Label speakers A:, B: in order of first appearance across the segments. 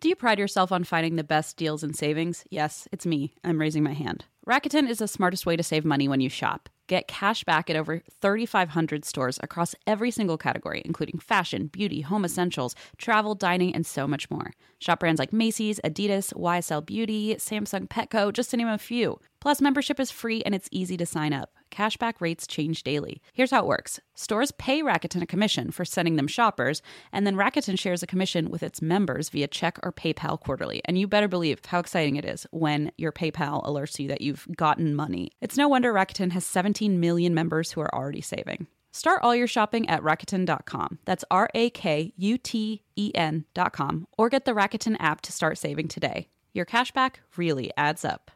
A: Do you pride yourself on finding the best deals and savings? Yes, it's me. I'm raising my hand. Rakuten is the smartest way to save money when you shop. Get cash back at over 3,500 stores across every single category, including fashion, beauty, home essentials, travel, dining, and so much more. Shop brands like Macy's, Adidas, YSL Beauty, Samsung Petco, just to name a few. Plus, membership is free and it's easy to sign up. Cashback rates change daily. Here's how it works stores pay Rakuten a commission for sending them shoppers, and then Rakuten shares a commission with its members via check or PayPal quarterly. And you better believe how exciting it is when your PayPal alerts you that you've gotten money. It's no wonder Rakuten has 17 million members who are already saving. Start all your shopping at Rakuten.com. That's R A K U T E N.com, or get the Rakuten app to start saving today. Your cashback really adds up.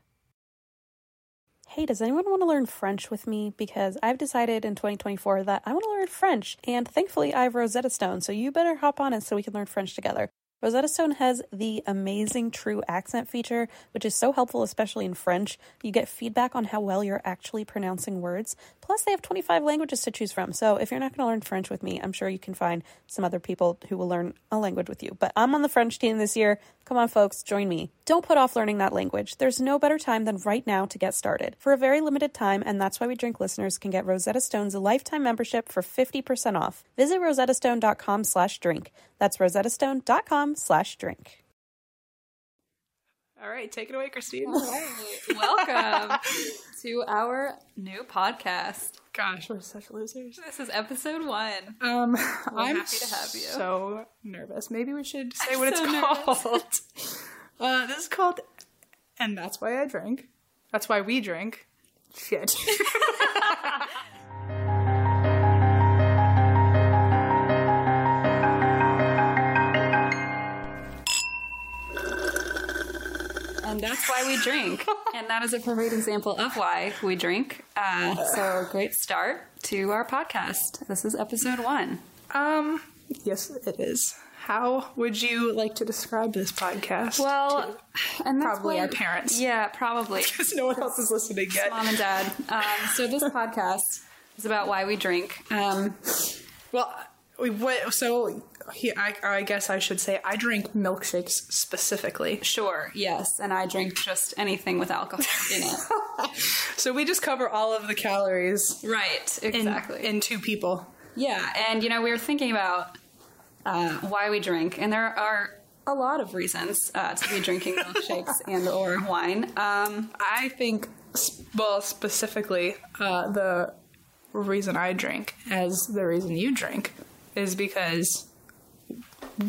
B: Hey, does anyone want to learn French with me? Because I've decided in 2024 that I want to learn French, and thankfully I have Rosetta Stone, so you better hop on it so we can learn French together. Rosetta Stone has the amazing true accent feature, which is so helpful, especially in French. You get feedback on how well you're actually pronouncing words. Plus, they have 25 languages to choose from. So, if you're not going to learn French with me, I'm sure you can find some other people who will learn a language with you. But I'm on the French team this year. Come on, folks, join me. Don't put off learning that language. There's no better time than right now to get started. For a very limited time, and that's why We Drink listeners can get Rosetta Stone's lifetime membership for 50% off. Visit rosettastone.com slash drink. That's rosettastone.com slash drink.
C: All right, take it away, Christine.
D: All right. Welcome to our new podcast.
C: Gosh, we're such losers.
D: This is episode one.
C: Um, I'm
D: happy to have you.
C: so nervous. Maybe we should say
D: I'm
C: what it's
D: so
C: called. uh, this is called, and that's why I drink. That's why we drink. Shit.
D: And that's why we drink. and that is a perfect example of why we drink. Uh, so, great start to our podcast. This is episode one.
C: um, yes, it is. How would you like to describe this podcast?
D: Well, and that's
C: Probably
D: why-
C: our parents.
D: Yeah, probably.
C: because no one else is listening yet.
D: mom and dad. Um, so this podcast is about why we drink. Um,
C: Well, we, what, so he, I, I guess I should say I drink milkshakes specifically.
D: sure, yes, and I drink just anything with alcohol in it.
C: So we just cover all of the calories
D: right,
C: in,
D: exactly.
C: in two people.
D: yeah, and you know we were thinking about uh, why we drink, and there are a lot of reasons uh, to be drinking milkshakes and or wine. Um,
C: I think, s- well, specifically, uh, the reason I drink as the reason you drink is because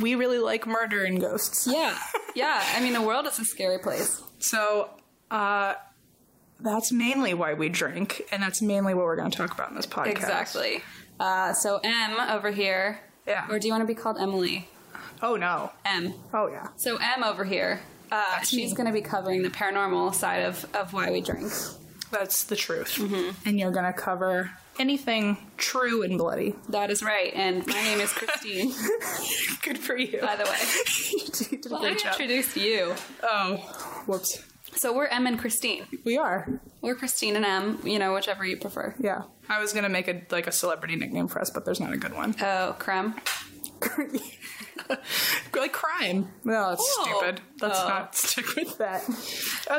C: we really like murder and ghosts.
D: yeah, yeah. I mean, the world is a scary place.
C: So, uh, that's mainly why we drink, and that's mainly what we're going to talk about in this podcast.
D: Exactly. Uh, so M over here.
C: Yeah.
D: Or do you want to be called Emily?
C: Oh, no.
D: M.
C: Oh, yeah.
D: So M over here, uh, she's going to be covering the paranormal side of, of why we drink.
C: That's the truth.
D: Mm-hmm.
C: And you're going to cover anything true and bloody.
D: That is right. And my name is Christine,
C: Good for you.
D: by the way.
C: you did a
D: I
C: great job.
D: introduced you.
C: Oh, whoops.
D: So we're M and Christine.
C: We are.
D: We're Christine and M, you know, whichever you prefer.
C: Yeah. I was gonna make a like a celebrity nickname for us, but there's not a good one.
D: Oh, creme.
C: like crime. No, that's
D: Oh.
C: stupid. Let's
D: Oh.
C: not stick with that.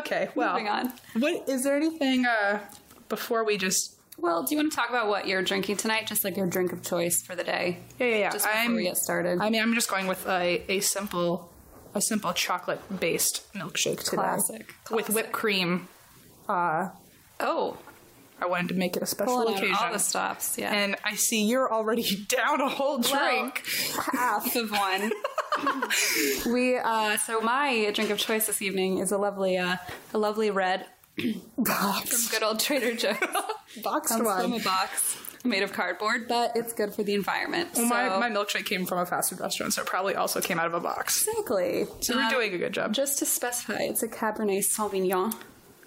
C: Okay. Well,
D: Moving on.
C: What is there anything uh before we just
D: Well, do you want to talk about what you're drinking tonight? Just like your drink of choice for the day.
C: yeah yeah yeah.
D: Just before we get started.
C: I mean, I'm just going with a, a simple a simple chocolate based milkshake today.
D: Classic,
C: With whipped cream.
D: oh,
C: I wanted to make it a special
D: pulling
C: occasion.
D: out all the stops. Yeah.
C: And I see you're already down a whole
D: Well,
C: drink.
D: half of one. we uh, so my drink of choice this evening is a lovely uh, a lovely red from
C: Boxed,
D: good old Trader Joe's.
C: boxed
D: Comes from
C: wine.
D: a box made of cardboard, but it's good for the environment.
C: Well,
D: so-
C: my, my milkshake came from a fast food restaurant, so it probably also came out of a box.
D: exactly. Um,
C: So we're doing a good job.
D: Just to specify, it's a Cabernet Sauvignon,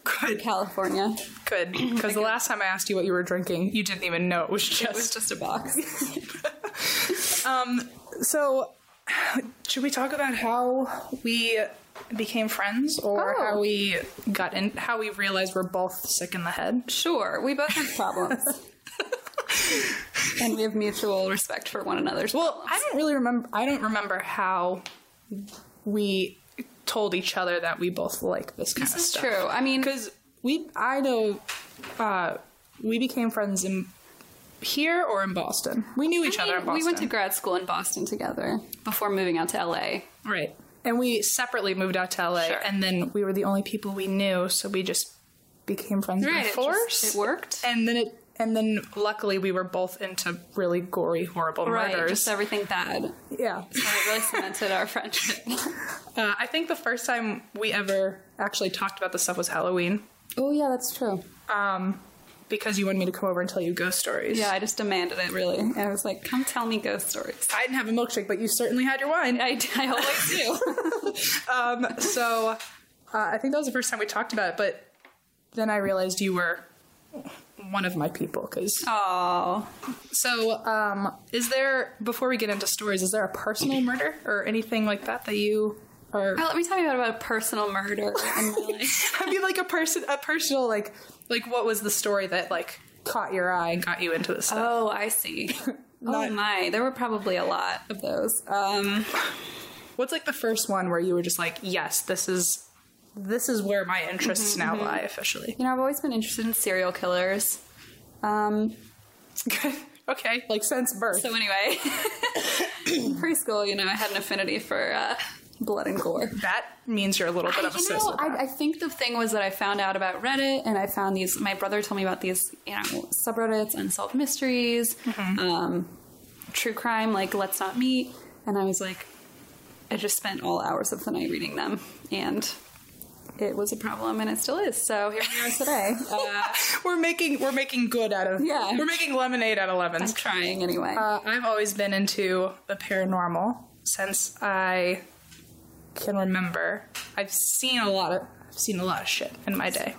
C: good,
D: California.
C: good. Because the last time I asked you what you were drinking, you didn't even know it was just.
D: It was just a box.
C: so, should we talk about how we became friends, or
D: Oh.
C: how we got in? How we realized we're both sick in the head?
D: Sure, we both have problems. and we have mutual respect for one another's.
C: Well, I don't really remember. I don't remember how we told each other that we both like this kind of
D: It's
C: stuff.
D: true. I mean,
C: Because we, I know, uh, we became friends in here or in Boston. We knew each
D: I
C: other in
D: mean,
C: Boston.
D: we went to grad school in Boston together before moving out to LA.
C: Right. And we separately moved out to LA,
D: Sure.
C: and then we were the only people we knew, so we just became friends by
D: Right, it just-
C: force.
D: it worked.
C: and then it, and then luckily we were both into really gory, horrible
D: Right,
C: murders.
D: just everything bad.
C: yeah.
D: And it really cemented our friendship.
C: Uh, I think the first time we ever actually talked about this stuff was Halloween,
D: Oh yeah, that's true.
C: because you wanted me to come over and tell you ghost stories.
D: Yeah, I just demanded it really. And I was like, "Come tell me ghost stories."
C: I didn't have a milkshake, but you certainly had your wine.
D: I, I always do.
C: so uh, I think that was the first time we talked about it, but then I realized you were one of my people because
D: Oh,
C: So, um, is there before we get into stories, is there a personal murder or anything like that that you are?
D: let me tell you about a personal murder. in my life.
C: I mean, like a person, a personal like, like what was the story that like caught your eye and got you into this stuff?
D: oh, I see. Oh
C: Not-
D: my, there were probably a lot of those. Um,
C: What's like the first one where you were just like, yes, this is, this is where my
D: Mm-hmm,
C: interests now lie officially.
D: you know, I've always been interested in serial killers. Um,
C: okay, like since birth.
D: So anyway, in preschool, you know, I had an affinity for uh, blood and gore.
C: that means you're a little bit of a
D: you know,
C: sociopath.
D: I, I think the thing was that I found out about Reddit, and I found these. My brother told me about these, you know, subreddits, unsolved mysteries, um, true crime, like Let's Not Meet, and I was like, I just spent all hours of the night reading them, and it was a problem, and it still is. So here we are today. Uh,
C: we're making we're making good out of
D: Yeah.
C: We're making lemonade out of lemons.
D: I'm trying anyway.
C: Uh, I've always been into the paranormal since I can remember. I've seen a lot of I've seen a lot of shit in my day,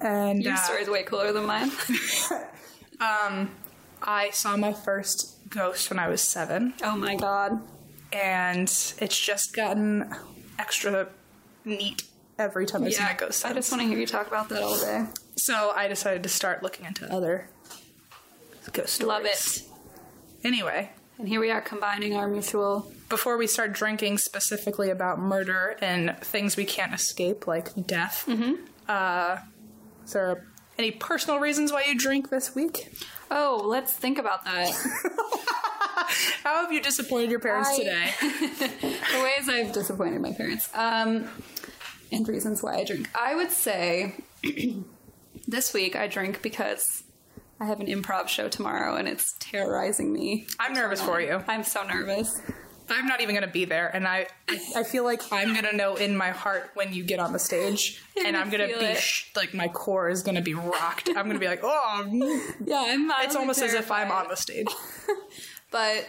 C: and
D: Your
C: uh,
D: story's way cooler than mine.
C: I saw my first ghost when I was seven,
D: oh my god.
C: and it's just gotten extra neat every time I've seen a ghost.
D: I
C: since.
D: just want to hear you talk about that all day.
C: so I decided to start looking into other ghost stories.
D: Love it.
C: Anyway,
D: And here we are combining our mutual.
C: before we start drinking specifically about murder and things we can't escape like death uh,
D: Mm-hmm.
C: is there any personal reasons why you drink this week
D: Oh, let's think about that.
C: how have you disappointed your parents
D: I-
C: today
D: the ways I've disappointed my parents, um, and reasons why I drink. I would say this week I drink because I have an improv show tomorrow, and it's terrorizing me.
C: i'm nervous for you
D: I'm so nervous.
C: i'm not even gonna be there and i i feel like i'm gonna know in my heart when you get on the stage
D: You're
C: and
D: gonna
C: i'm gonna
D: feel
C: be
D: it.
C: sh- like my core is gonna be rocked i'm gonna be like oh
D: Yeah, I'm.
C: it's
D: mildly
C: almost as if i'm
D: terrified.
C: on the stage
D: but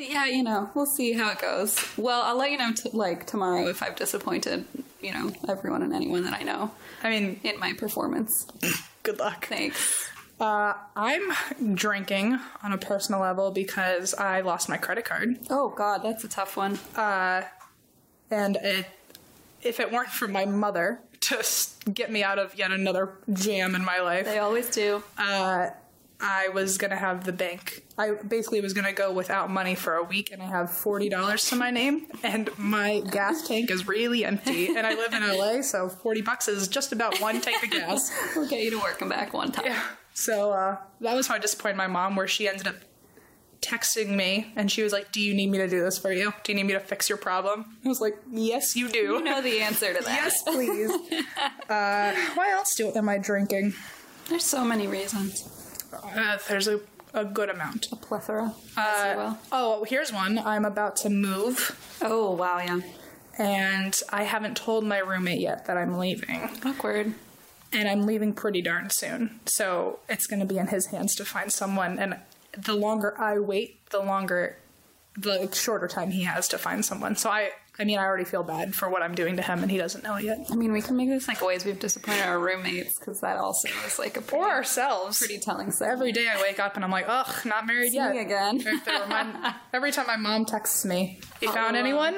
D: yeah, you know, we'll see how it goes. Well, I'll let you know t- like tomorrow if I've disappointed, you know, everyone and anyone that I know
C: i mean
D: in my performance.
C: good luck
D: Thanks.
C: Uh, I'm drinking on a personal level because I lost my credit card,
D: Oh God, that's a tough one.
C: and it, if it weren't for my mother to s- get me out of yet another jam in my life,
D: They always do.
C: uh, I was gonna have the bank. I basically was gonna go without money for a week, and I have forty dollars to my name, and my gas tank is really empty, and I live in LA, so forty bucks is just about one tank of gas.
D: We'll get you to work and back one time.
C: So uh, that was how I disappointed my mom, where she ended up texting me and she was like, Do you need me to do this for you? Do you need me to fix your problem? I was like, Yes, you do.
D: You know the answer to that.
C: yes, please. uh, why else do, am I drinking?
D: There's so many reasons.
C: Uh, there's a, a good amount.
D: A plethora.
C: Uh,
D: as you will.
C: Oh, here's one. I'm about to move
D: Oh wow, yeah.
C: and I haven't told my roommate yet that I'm leaving.
D: Awkward.
C: and I'm leaving pretty darn soon. So it's going to be in his hands to find someone. And the longer I wait, the longer, the shorter time he has to find someone. So I, I mean, I already feel bad for what I'm doing to him, and he doesn't know it yet.
D: I mean, we can make this like ways we've disappointed our roommates because that also is like a pretty,
C: Or ourselves.
D: pretty telling segment.
C: Every day I wake up and I'm like, ugh, not married yet.
D: me again.
C: If they were mine- every time my mom texts me, you found
D: Oh.
C: anyone?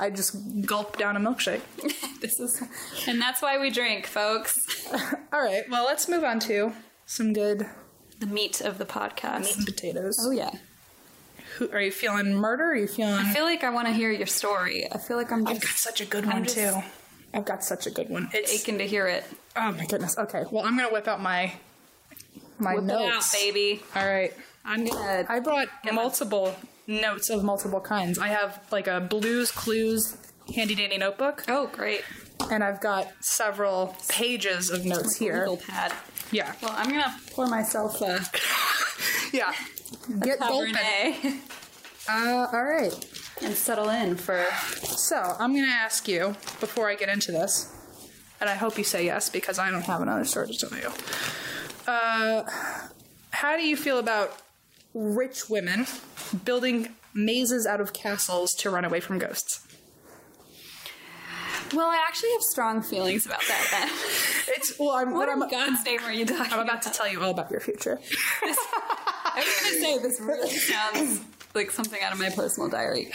C: I just gulp down a milkshake.
D: This is, and that's why we drink, folks.
C: All right, well, let's move on to some good
D: The meat of the podcast.
C: Oh. meat and potatoes.
D: Oh yeah.
C: Who are you feeling? Murder? Are you feeling?
D: I feel like I want to hear your story. I feel like I'm
C: I've
D: just
C: got such a good one
D: just-
C: too. I've got such a good one. It's
D: aching to hear it.
C: oh my goodness. Okay, well I'm gonna whip out my my
D: Whip it out,
C: notes.
D: baby.
C: All right.
D: I'm gonna.
C: I brought multiple notes of multiple kinds. I have like a Blues Clues handy dandy notebook,
D: oh, great.
C: and I've got several pages of notes here.
D: Legal pad.
C: Yeah,
D: Well, I'm gonna pour myself a
C: yeah. Get gulping.
D: Cabernet
C: Uh, all right.
D: and settle in for.
C: So I'm gonna ask you before I get into this, and I hope you say yes because I don't have another story to tell you. Uh, how do you feel about rich women building mazes out of castles to run away from ghosts?
D: Well, I actually have strong feelings about that. Then.
C: It's well, I'm
D: What
C: what
D: in
C: I'm,
D: God's name are you talking?
C: I'm about to tell you all about your future.
D: I was gonna say this really sounds like something out of my personal diary.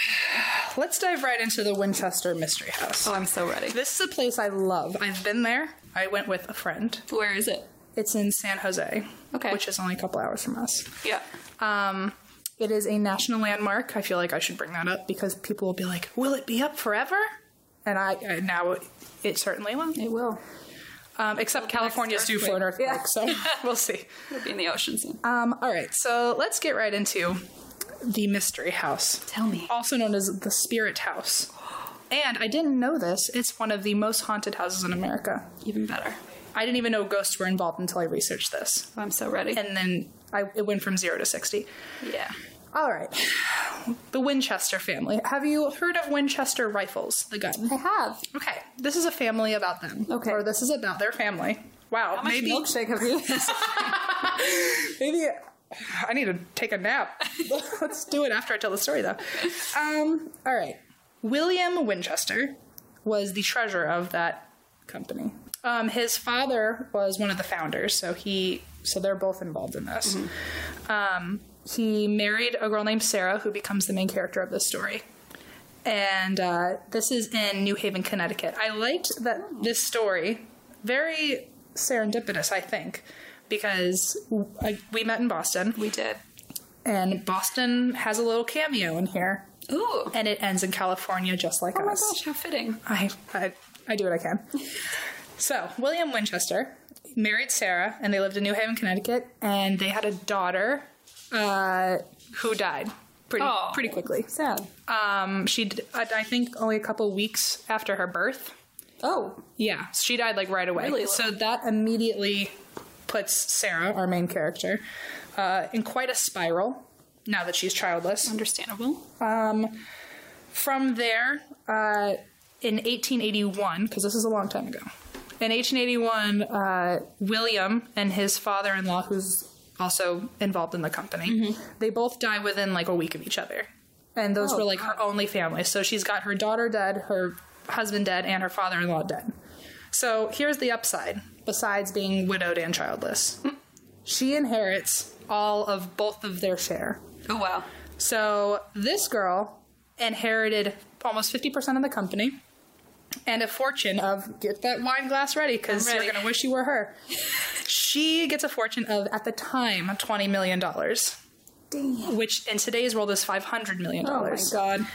C: Let's dive right into the Winchester Mystery House.
D: Oh, I'm so ready.
C: This is a place I love. I've been there. I went with a friend.
D: Where is it?
C: It's in San Jose,
D: Okay.
C: which is only a couple hours from us.
D: Yeah.
C: Um, it is a national landmark. I feel like I should bring that up because people will be like, "Will it be up forever?" And I, I now it, it certainly will.
D: It will.
C: Um, except California's due for an earthquake, so we'll see.
D: It'll be in the ocean soon.
C: Um, all right, so let's get right into the mystery house,
D: Tell me.
C: also known as the Spirit House. And I didn't know this; it's one of the most haunted houses in America.
D: Even better.
C: I didn't even know ghosts were involved until I researched this,
D: Oh, I'm so ready.
C: and then I, it went from zero to sixty.
D: yeah.
C: All right. The Winchester family. Have you heard of Winchester rifles, the gun?
D: I have.
C: Okay, this is a family about them.
D: Okay.
C: Or this is about their family. Wow,
D: How much
C: maybe
D: milkshake have you?
C: maybe I need to take a nap. Let's do it after I tell the story though. Um, all right. William Winchester was the treasurer of that company. Um, his father was one of the founders, so he so they're both involved in this. Um, he married a girl named Sarah, who becomes the main character of this story. And uh, this is in New Haven, Connecticut. I liked that this story, very serendipitous, I think, because I, we met in Boston,
D: we did.
C: and Boston has a little cameo in here,
D: Ooh.
C: and it ends in California just like
D: Oh my
C: us.
D: gosh, how fitting.
C: I, I, I do what I can. so, William Winchester married Sarah, and they lived in New Haven, Connecticut, and they had a daughter uh, who died pretty,
D: Oh.
C: pretty quickly.
D: Sad.
C: Um, she, d- I I think, only a couple weeks after her birth.
D: Oh.
C: Yeah, she died like right away.
D: Really?
C: so that immediately puts Sarah, our main character, uh, in quite a spiral. Now that she's childless,
D: Understandable.
C: um, from there, uh, in 1881, because this is a long time ago, in 1881, uh, William and his father in law, who's also involved in the company, they both die within like a week of each other. And those were like her only family. So she's got her daughter dead, her husband dead, and her father in law dead. So here's the upside besides being widowed and childless, she inherits all of both of their share.
D: Oh wow.
C: So this girl inherited almost 50% of the company and a fortune of get that wine glass ready because
D: I'm
C: you're
D: ready.
C: going to wish you were her. she gets a fortune of, at the time, $20 million,
D: Damn.
C: which in today's world is $500 million.
D: Oh my god.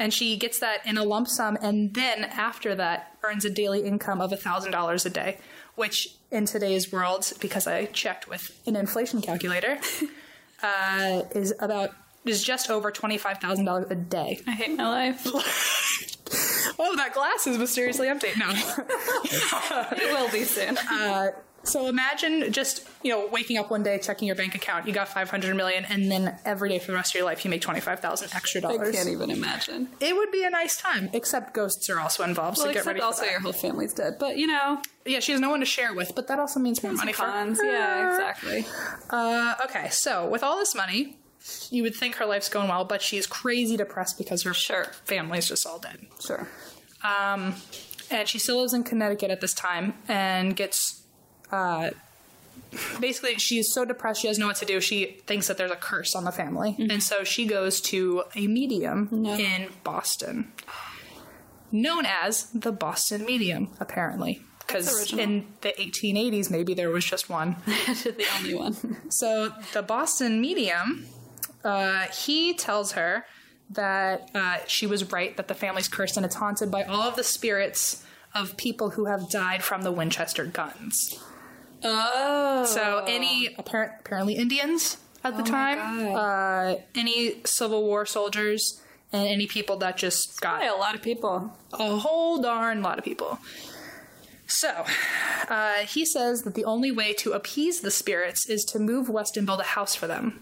C: And she gets that in a lump sum and then after that earns a daily income of $1,000 a day, which in today's world, because I checked with an inflation calculator, uh, is about is just over $25,000 a day.
D: I hate my life.
C: Oh, that glass is mysteriously empty. No.
D: it will be soon.
C: so imagine just, you know, waking up one day, checking your bank account, you got 500 million and then every day for the rest of your life you make 25,000 extra
D: I
C: dollars.
D: can't even imagine.
C: It would be a nice time, except ghosts are also involved,
D: Well,
C: so get
D: except
C: ready for
D: also
C: that.
D: your whole family's dead. But you know,
C: yeah, she has no one to share with, but that also means more money
D: cons.
C: for her.
D: Yeah, exactly.
C: Uh, okay, so with all this money, you would think her life's going well, but she's crazy depressed because her
D: Sure.
C: family's just all dead.
D: Sure.
C: Um, and she still lives in Connecticut at this time and gets. Uh, basically, she's so depressed she doesn't know what to do. She thinks that there's a curse on the family. And so she goes to a medium in Boston, known as the Boston Medium, apparently. Because
D: original.
C: in the 1880s, maybe there was just one.
D: the only one.
C: So the Boston Medium uh, he tells her that uh, she was right that the family's cursed and it's haunted by all of the spirits of people who have died from the Winchester guns.
D: Oh.
C: So any apparent, apparently Indians at the time, uh, any Civil War soldiers, and any people that just got
D: Probably a lot of people.
C: a whole darn lot of people. So, uh, he says that the only way to appease the spirits is to move west and build a house for them.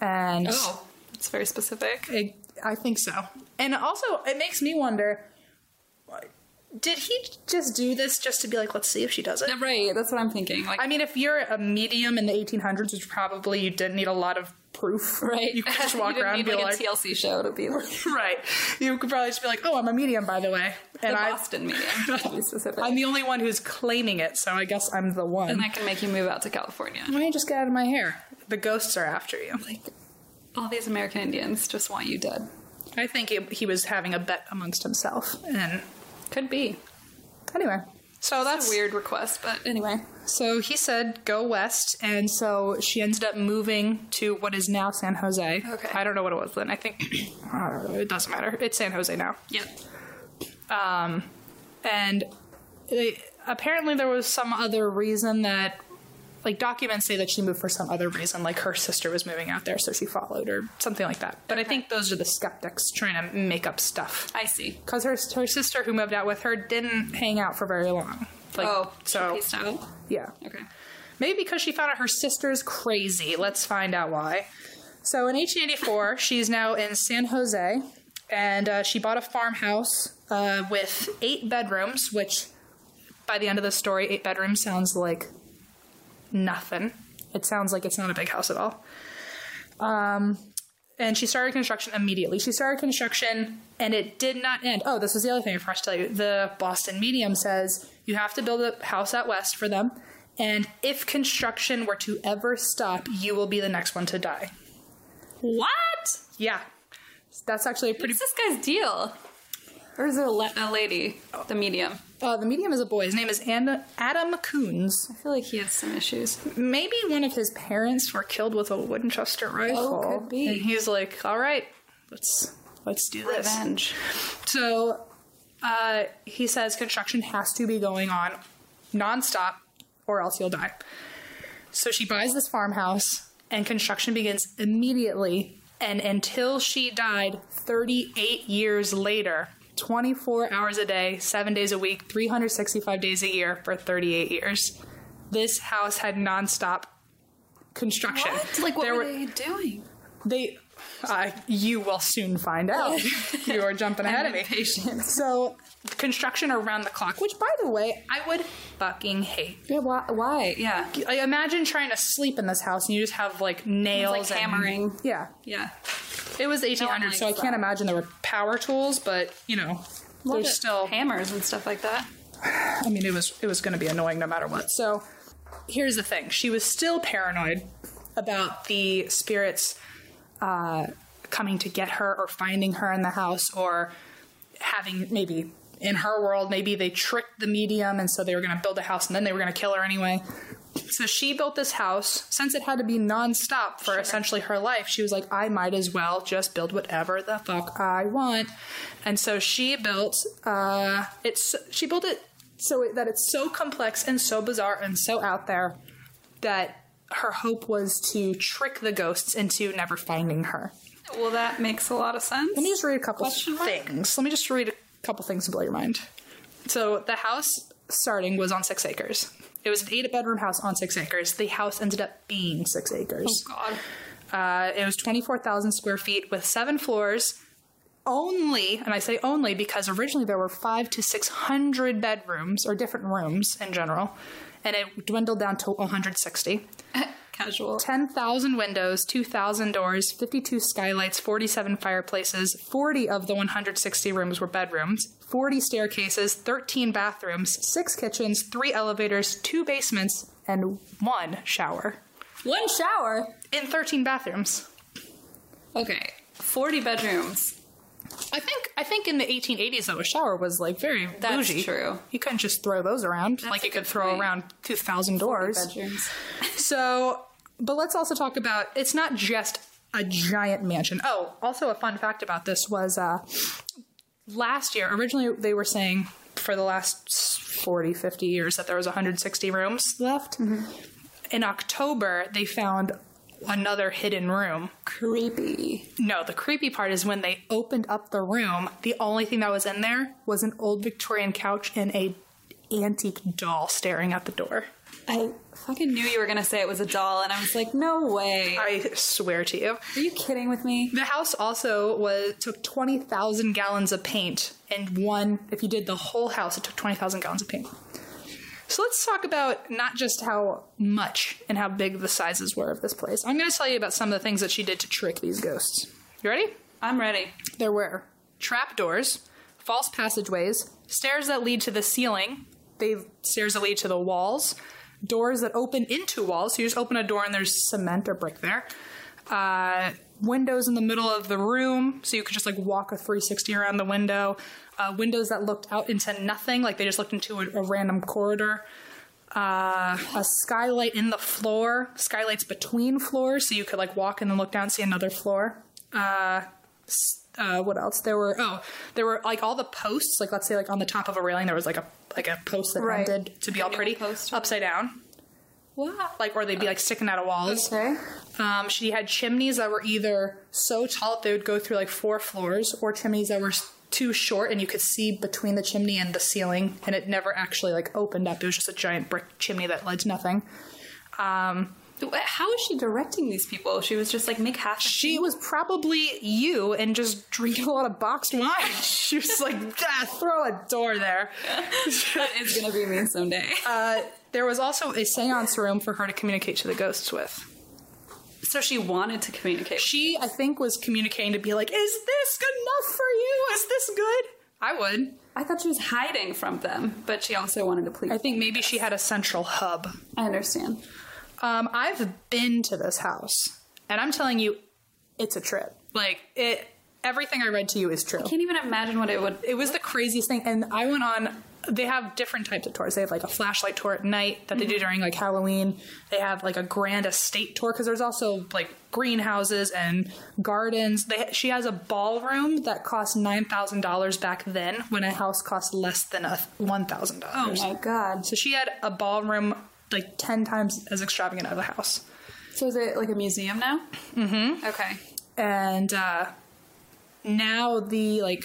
C: And
D: Oh. It's very specific.
C: I, I think so. And also, it makes me wonder did he just do this just to be like, let's see if she does it?
D: Right, that's what I'm thinking. Like,
C: I mean, if you're a medium in the 1800s, which probably you didn't need a lot of proof,
D: right.
C: You could just walk
D: didn't
C: around and
D: need,
C: be
D: like,
C: like,
D: a TLC show to be like
C: right. You could probably just be like, oh, I'm a medium, by the way.
D: the
C: And I,
D: Boston medium, to be specific.
C: I'm the only one who's claiming it, so I guess I'm the one.
D: and that can make you move out to California.
C: Why don't you just get out of my hair? The ghosts are after you.
D: Like, all these American Indians just want you dead.
C: I think it, he was having a bet amongst himself. And
D: Could be.
C: anyway, so
D: That's
C: that's
D: a weird request, but anyway.
C: So he said go west, and so she ended up moving to what is now San Jose.
D: Okay.
C: I don't know what it was then. I think I don't know. It doesn't matter. It's San Jose now.
D: Yep.
C: Um, and they, apparently there was some other reason that like documents say that she moved for some other reason like her sister was moving out there so she followed or something like that but i think those are the skeptics trying to make up stuff
D: I see.
C: because her, her sister who moved out with her didn't hang out for very long like
D: oh, so.
C: so
D: Peaced out.
C: yeah
D: Okay.
C: Maybe because she found out her sister's crazy. Let's find out why. So in 1884, she's now in San Jose, and uh, she bought a farmhouse uh, with eight bedrooms, which by the end of the story, eight bedrooms sounds like nothing. It sounds like it's not a big house at all. Um, and she started construction immediately. She started construction and it did not end. Oh, this was the other thing I forgot to tell you. The Boston Medium says you have to build a house out west for them, and if construction were to ever stop, you will be the next one to die.
D: What?
C: Yeah. That's actually a pretty.
D: What's this guy's deal? Or is it a, la- a lady? The medium.
C: Uh, the medium is a boy. His name is Anna, Adam Coons.
D: I feel like he has some issues.
C: Maybe one of his parents were killed with a Winchester rifle.
D: Oh, could be.
C: And he's like, "All right, let's let's do this."
D: Revenge.
C: So uh, he says construction has to be going on nonstop or else you'll die. So she buys this farmhouse and construction begins immediately. And until she died 38 years later, 24 hours a day, seven days a week, 365 days a year for 38 years, this house had nonstop construction.
D: Like, what
C: There
D: were they doing?
C: they uh, you will soon find out you are jumping ahead of me so construction around the clock which by the way i would fucking hate
D: Yeah, why? why? Yeah.
C: I imagine trying to sleep in this house and you just have like nails
D: like,
C: and-
D: hammering.
C: yeah
D: Yeah.
C: it was 1800 so i
D: likes
C: can't
D: that.
C: imagine there were power tools but you know
D: Love
C: there's
D: it.
C: still
D: hammers and stuff like that.
C: I mean, it was it was going to be annoying no matter what. So here's the thing: she was still paranoid about the spirits uh, coming to get her or finding her in the house or having maybe in her world maybe they tricked the medium and so they were going to build a house and then they were going to kill her anyway. So she built this house since it had to be nonstop for essentially her life. She was like, I might as well just build whatever the fuck I want, and so she built. Uh, it's she built it so it, that it's so complex and so bizarre and so out there that her hope was to trick the ghosts into never finding her.
D: Well, that makes a lot of sense.
C: Let me just read a couple
D: Question mark?
C: things. Let me just read a couple things to blow your mind. So the house starting was on six acres. It was an eight bedroom house on six acres. The house ended up being six acres.
D: God. Oh.
C: Uh, it was 24,000 square feet with seven floors. Only, and I say only because originally there were five to 600 bedrooms or different rooms in general, and it dwindled down to 160.
D: Casual.
C: 10,000 windows, 2,000 doors, 52 skylights, 47 fireplaces, 40 of the 160 rooms were bedrooms, 40 staircases, 13 bathrooms, 6 kitchens, 3 elevators, 2 basements, and 1 shower.
D: One shower.
C: In 13 bathrooms.
D: Okay. Forty bedrooms.
C: I think I think in the 1880s though a shower was like very
D: That's
C: bougie.
D: true.
C: You couldn't just throw those around like
D: a
C: you could
D: good
C: throw
D: point.
C: around 2,000 doors.
D: Bedrooms.
C: So, but let's also talk about it's not just a giant mansion. Oh, also a fun fact about this was uh, last year, originally they were saying for the last 40, 50 years that there was 160 rooms left. In October, they found another hidden room.
D: Creepy.
C: No, the creepy part is when they opened up the room, the only thing that was in there was an old Victorian couch and a antique doll staring at the door.
D: I fucking knew you were gonna say it was a doll, and I was like, no way.
C: I swear to you.
D: Are you kidding with me?
C: The house also was took 20,000 gallons of paint and one if you did the whole house it took 20,000 gallons of paint. So let's talk about not just how much and how big the sizes were of this place. I'm going to tell you about some of the things that she did to trick these ghosts. You ready?
D: I'm ready.
C: There were trapdoors, false passageways, stairs that lead to the ceiling, they stairs that lead to the walls, doors that open into walls. So you just open a door and there's cement or brick there. Uh, windows in the middle of the room, so you could just like walk a 360 around the window. Uh, windows that looked out into nothing, like they just looked into a, a random corridor. Uh, a skylight in the floor, skylights between floors, so you could like walk and then look down and see another floor uh, what else? There were oh, there were like all the posts. Like let's say like on the top of a railing, there was like a like a post that
D: Right.
C: ended to be all pretty
D: post.
C: upside down.
D: What?
C: Like or they'd be like sticking out of walls.
D: Okay.
C: Um, she had chimneys that were either so tall that they would go through like four floors, or chimneys that were s- too short and you could see between the chimney and the ceiling, and it never actually like opened up. It was just a giant brick chimney that led to nothing. Um,
D: How is she directing these people? She was just like, make half.
C: She was probably you and just drinking a lot of boxed wine. She was like, ah, throw a door there.
D: that is gonna be me someday.
C: Uh, there was also a seance room for her to communicate to the ghosts with.
D: so she wanted to communicate.
C: She, I think, was communicating to be like, is this good enough for you? Is this good? I would.
D: I thought she was hiding from them, but she also wanted to please.
C: I think maybe she had a central hub.
D: I understand.
C: Um, I've been to this house, and I'm telling you, it's a trip. Like, it, everything I read to you is true.
D: Can't even imagine what it would.
C: it was the craziest thing and i went on they have different types of tours they have like a flashlight tour at night that they do during like halloween they have like a grand estate tour because there's also like greenhouses and gardens they, she has a ballroom that cost $9000 back then when a house cost less than a $1000 oh
D: my God.
C: so she had a ballroom like 10 times as extravagant of a house
D: So is it like a museum now? Mm-hmm. Okay.
C: and uh, now the like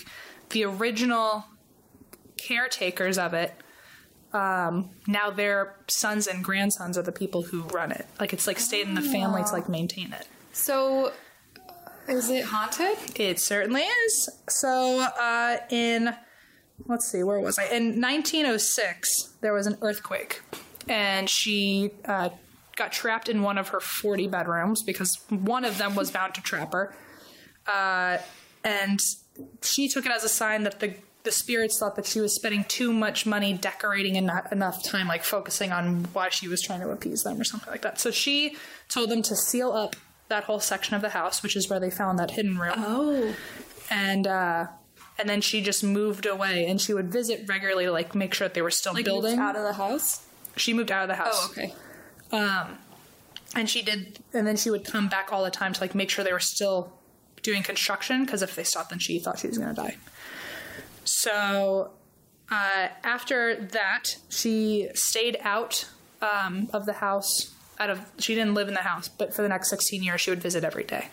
C: the original caretakers of it um, now their sons and grandsons are the people who run it like it's like stayed in the family to like maintain it
D: So is it haunted?
C: it certainly is so uh, in let's see where was i in 1906 there was an earthquake and she uh, got trapped in one of her 40 bedrooms because one of them was bound to trap her uh, and she took it as a sign that the the spirits thought that she was spending too much money decorating and not enough time like focusing on why she was trying to appease them or something like that. So she told them to seal up that whole section of the house, which is where they found that hidden room.
D: Oh.
C: And uh and then she just moved away and she would visit regularly to like make sure that they were still
D: Like
C: building.
D: moved out of the house.
C: she moved out of the house.
D: Oh, okay.
C: and she did and then she would come back all the time to like make sure they were still doing construction because if they stopped then she thought she was going to die so uh, after that she stayed out um, of the house out of she didn't live in the house but for the next 16 years she would visit every day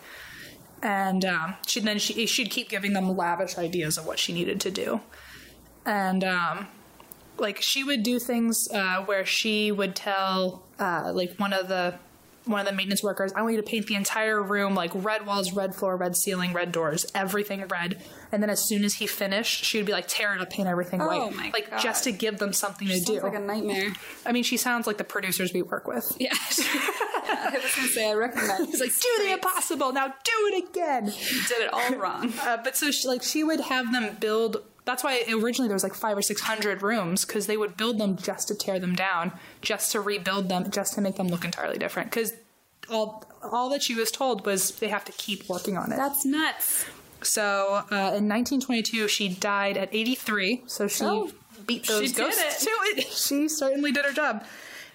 C: and um, she then she, she'd keep giving them lavish ideas of what she needed to do and um, like she would do things uh, where she would tell uh, like one of the one of the maintenance workers, I want you to paint the entire room like red walls, red floor, red ceiling, red doors, everything red. And then as soon as he finished, she would be like, tear it up, paint everything white,
D: Oh my
C: like
D: God.
C: just to give them something to do.
D: Sounds like a nightmare.
C: I mean, she sounds like the producers we work with.
D: Yeah. I was gonna say I recognize.
C: He's like, do the impossible now, do it again.
D: you did it all wrong.
C: Uh, but so she, like she would have them build. That's why originally there was like five or six hundred rooms because they would build them just to tear them down, just to rebuild them, just to make them look entirely different. Because all all that she was told was they have to keep working on it.
D: That's nuts.
C: so uh, in 1922, she died at 83. So she
D: Oh,
C: beat those
D: she did
C: ghosts
D: it.
C: to it. She certainly did her job.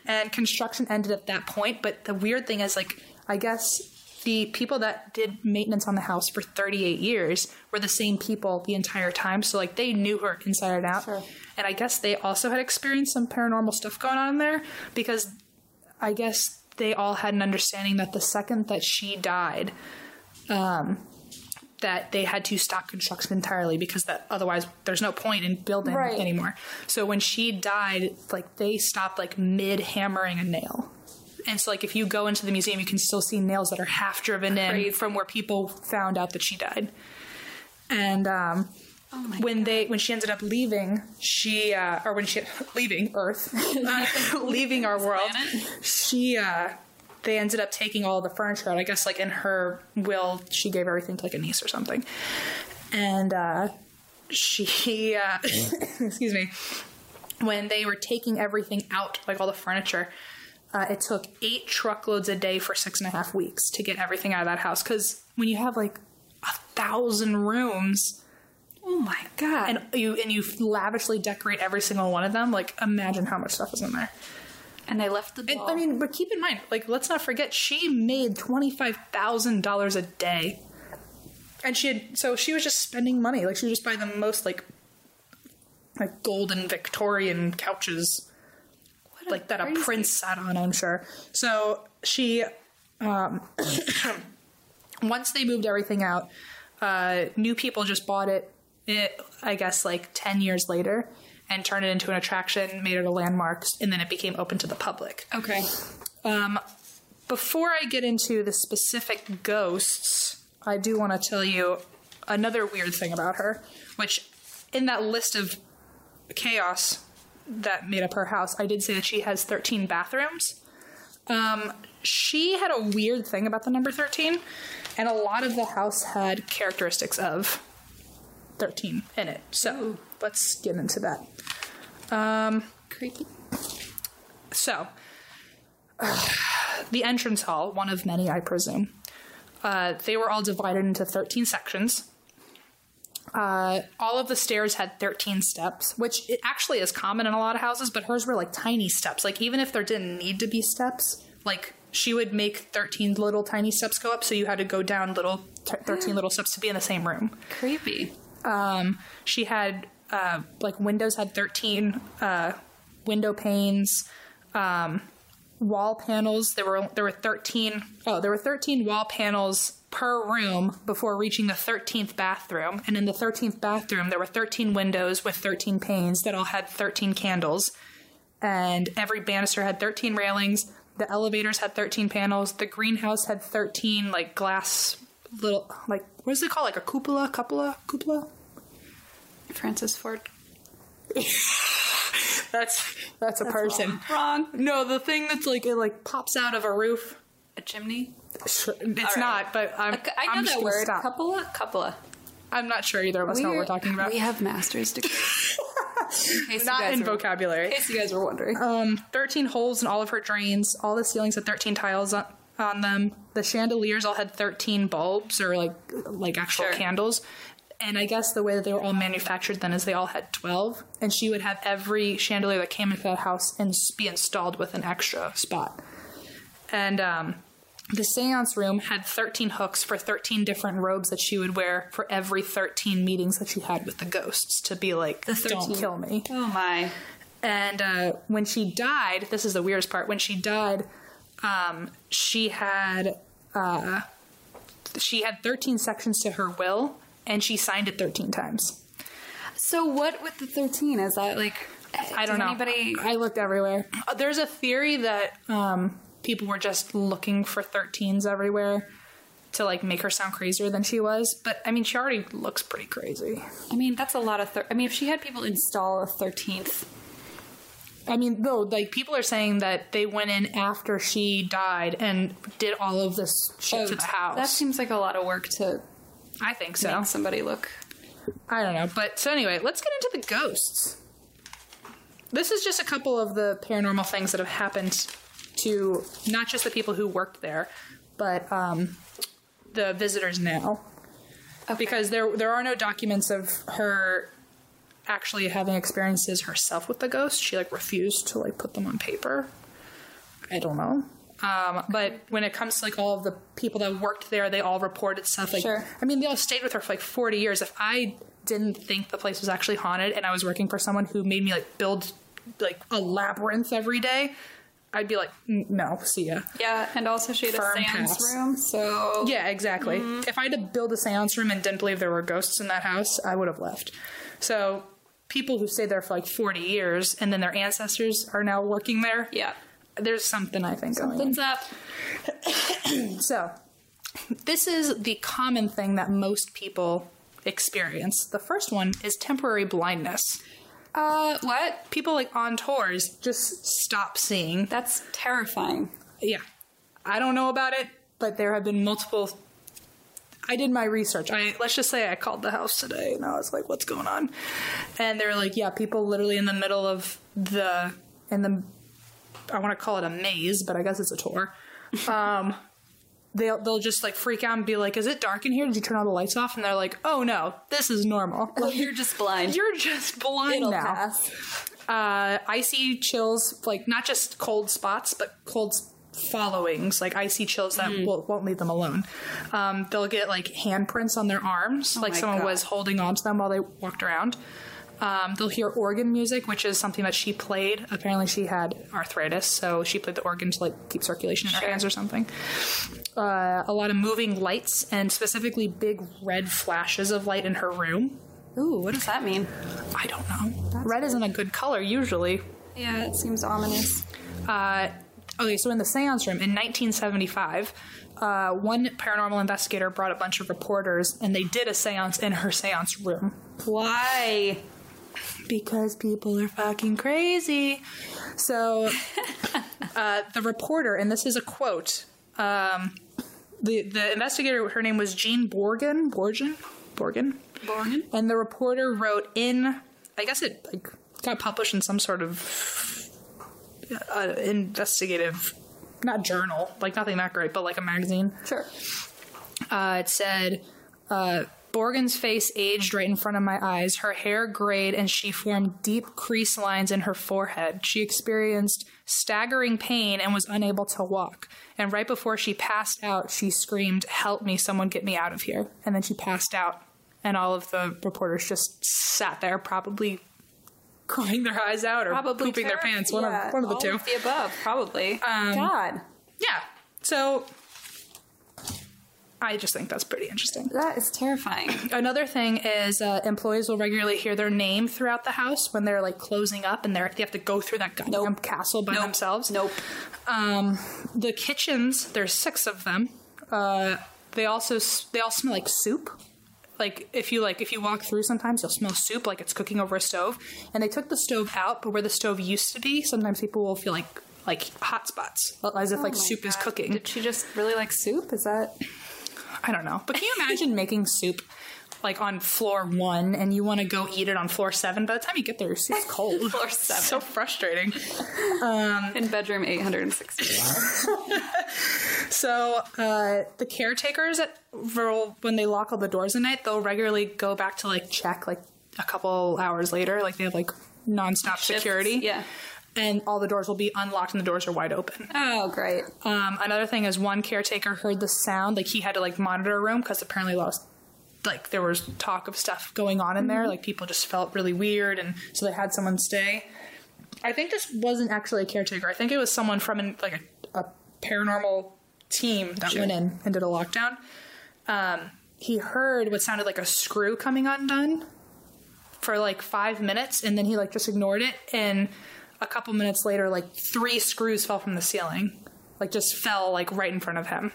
C: And construction ended at that point. But the weird thing is, like, I guess the people that did maintenance on the house for 38 years were the same people the entire time. So, like, they knew her inside and out. And I guess they also had experienced some paranormal stuff going on there because I guess they all had an understanding that the second that she died, um, that they had to stop construction entirely because that otherwise there's no point in building
D: Right.
C: anymore. So when she died, like they stopped like mid hammering a nail. And so like if you go into the museum, you can still see nails that are half driven in
D: Crazy.
C: from where people found out that she died. And um
D: Oh my
C: when they when she ended up leaving, she uh, or when she leaving Earth, uh, leaving our world, she uh, they ended up taking all the furniture out. I guess like in her will, she gave everything to like a niece or something, and uh, she uh, excuse me when they were taking everything out, like all the furniture, uh, it took eight truckloads a day for six and a half weeks to get everything out of that house. Because when you have like a thousand rooms,
D: Oh my god.
C: and you and you lavishly decorate every single one of them, like imagine how much stuff is in there.
D: And they left the
C: And,
D: doll.
C: I mean, but keep in mind, like let's not forget, she made twenty five thousand dollars a day, and she had so she was just spending money. Like she was just buying the most like like golden Victorian couches
D: a
C: like that
D: crazy-
C: a prince sat on, I'm sure. So she, um, once they moved everything out, uh, new people just bought it, it, I guess, like 10 years later and turned it into an attraction, made it a landmark, and then it became open to the public.
D: okay.
C: Um, before I get into the specific ghosts, I do want to tell you another weird thing about her, which in that list of chaos that made up her house, I did say that she has 13 bathrooms. Um, she had a weird thing about the number 13, and a lot of the house had characteristics of 13 in it. So let's get into that. Um,
D: Creepy.
C: So, the entrance hall, one of many, I presume, uh, they were all divided into 13 sections. Uh, all of the stairs had 13 steps, which it actually is common in a lot of houses, but hers were like tiny steps. Like, even if there didn't need to be steps, like, she would make 13 little tiny steps go up, so you had to go down little, t- 13 little steps to be in the same room
D: Creepy.
C: um, she had uh, like windows had 13 uh, window panes um, wall panels there were there were 13 oh there were 13 wall panels per room before reaching the 13th bathroom and in the 13th bathroom there were 13 windows with 13 panes that all had 13 candles and every banister had 13 railings the elevators had 13 panels the greenhouse had 13 like glass little like what is it called like a cupola cupola cupola
D: Francis Ford.
C: That's that's a person. Wrong. No, the thing that's like it like pops out of a roof.
D: A chimney.
C: It's not, but I'm,
D: A cu- I know
C: am
D: that word.
C: Stop.
D: Cupola. Cupola.
C: I'm not sure either of us know what we're talking about.
D: We have master's degrees. In case you
C: not
D: guys
C: in
D: were-
C: vocabulary.
D: In case you guys were wondering.
C: Um, 13 holes in all of her drains. All the ceilings had 13 tiles on, on them. The chandeliers all had 13 bulbs or like like actual
D: Sure.
C: candles. And I guess the way that they were all manufactured then is they all had 12. And she would have every chandelier that came into that house and s- be installed with an extra spot. And um, the seance room had 13 hooks for 13 different robes that she would wear for every 13 meetings that she had with the ghosts to be like, don't
D: 13.
C: kill me.
D: oh my.
C: And uh, when she died, this is the weirdest part. When she died, um, she had uh, she had thirteen sections to her will, and she signed it thirteen times.
D: So what with the thirteen? Is that like?
C: I don't
D: does
C: know.
D: Anybody?
C: I looked everywhere. Uh, There's a theory that um, people were just looking for thirteens everywhere to like make her sound crazier than she was. But I mean, she already looks pretty crazy.
D: I mean, that's a lot of. Thir- I mean, if she had people install a thirteenth,
C: I mean, though, like people are saying that they went in after she died and did all of this shit to the house.
D: that seems like a lot of work to
C: I think so.
D: make somebody look.
C: I don't know, but so anyway, let's get into the ghosts. This is just a couple of the paranormal things that have happened to not just the people who worked there, but um, the visitors now, because there there are no documents of her actually having experiences herself with the ghost. She like refused to like put them on paper. I don't know. Um, but when it comes to like all of the people that worked there, they all reported stuff. Like,
D: Sure.
C: I mean, they all stayed with her for like 40 years. If I didn't think the place was actually haunted and I was working for someone who made me like build like a labyrinth every day, I'd be like, "N- no, see ya.
D: Yeah, and also she had a
C: Firm
D: seance
C: pass.
D: room, so
C: Yeah, exactly. Mm-hmm. If I had to build a seance room and didn't believe there were ghosts in that house, I would have left. So people who stay there for like 40 years and then their ancestors are now working there.
D: yeah.
C: There's something I think going
D: Something's up.
C: on. So this is the common thing that most people experience. The first one is temporary blindness.
D: Uh, what?
C: People like on tours just stop seeing.
D: That's terrifying.
C: yeah i don't know about it but there have been multiple i did my research i let's just say i called the house today and i was like what's going on and they're like yeah people literally in the middle of the in the i want to call it a maze but i guess it's a tour um They'll, they'll just like freak out and be like, Is it dark in here? Did you turn all the lights off? And they're like, Oh no, this is normal.
D: You're just blind.
C: You're just blind
D: It'll
C: now
D: pass.
C: uh, icy chills, like not just cold spots, but cold s- followings, like icy chills that
D: Hmm.
C: will, won't leave them alone. Um, they'll get like handprints on their arms, like
D: Oh my
C: someone
D: God.
C: was holding on to them while they walked around. Um, they'll hear organ music, which is something that she played. Apparently, she had arthritis, so she played the organ to like keep circulation in her hands or something. Uh, a lot of moving lights and specifically big red flashes of light in her room.
D: Ooh, what does that mean?
C: I don't know. red isn't a good color usually,
D: Yeah, it seems ominous.
C: Uh, okay, so in the seance room in 1975, uh, one paranormal investigator brought a bunch of reporters and they did a seance in her seance room.
D: Why?
C: Because people are fucking crazy. So uh, the reporter, and this is a quote, um, the, the investigator, her name was Jean Borgen. Borgen? Borgen?
D: Born?
C: And the reporter wrote in, I guess it like, got published in some sort of uh, investigative, not journal, like nothing that great, but like a magazine.
D: Sure.
C: Uh, it said, uh, Borgen's face aged right in front of my eyes, her hair grayed, and she formed deep crease lines in her forehead. She experienced staggering pain and was unable to walk. And right before she passed out, she screamed, Help me, someone get me out of here. And then she passed out, and all of the reporters just sat there, probably crying their eyes out or
D: Probably
C: pooping their
D: terri-
C: pants, one,
D: yeah,
C: of, one of the
D: all
C: two.
D: the Um, above, probably. God,
C: Yeah. So I just think that's pretty interesting.
D: that is terrifying.
C: Another thing is uh, employees will regularly hear their name throughout the house when they're like closing up and they're, they have to go through that goddamn
D: Nope.
C: castle by
D: Nope.
C: themselves.
D: Nope.
C: Um, the kitchens, there's six of them. Uh, they also s- they all smell like soup. Like if you like if you walk through sometimes you'll smell soup like it's cooking over a stove. And they took the stove out, but where the stove used to be, sometimes people will feel like like hot spots as if like
D: Oh my
C: soup is
D: God.
C: cooking.
D: Did she just really like soup? Is that
C: I don't know. But can you imagine making soup like on floor one and you want to go eat it on floor seven? By the time you get there, your soup's cold.
D: Floor seven.
C: So frustrating.
D: in bedroom 860?
C: So uh, the caretakers at will- when they lock all the doors at night, they'll regularly go back to like check like a couple hours later. Like they have like nonstop security.
D: yeah.
C: And all the doors will be unlocked and the doors are wide open.
D: Oh, great.
C: Um, another thing is one caretaker heard the sound, like he had to like monitor a room because apparently a lot of, like there was talk of stuff going on in there, like people just felt really weird, and so they had someone stay. I think this wasn't actually a caretaker. I think it was someone from an, like a, a paranormal team that went in and did a lockdown. Um, he heard what sounded like a screw coming undone for like five minutes, and then he like just ignored it. And a couple minutes later, like three screws fell from the ceiling, like just fell like right in front of him.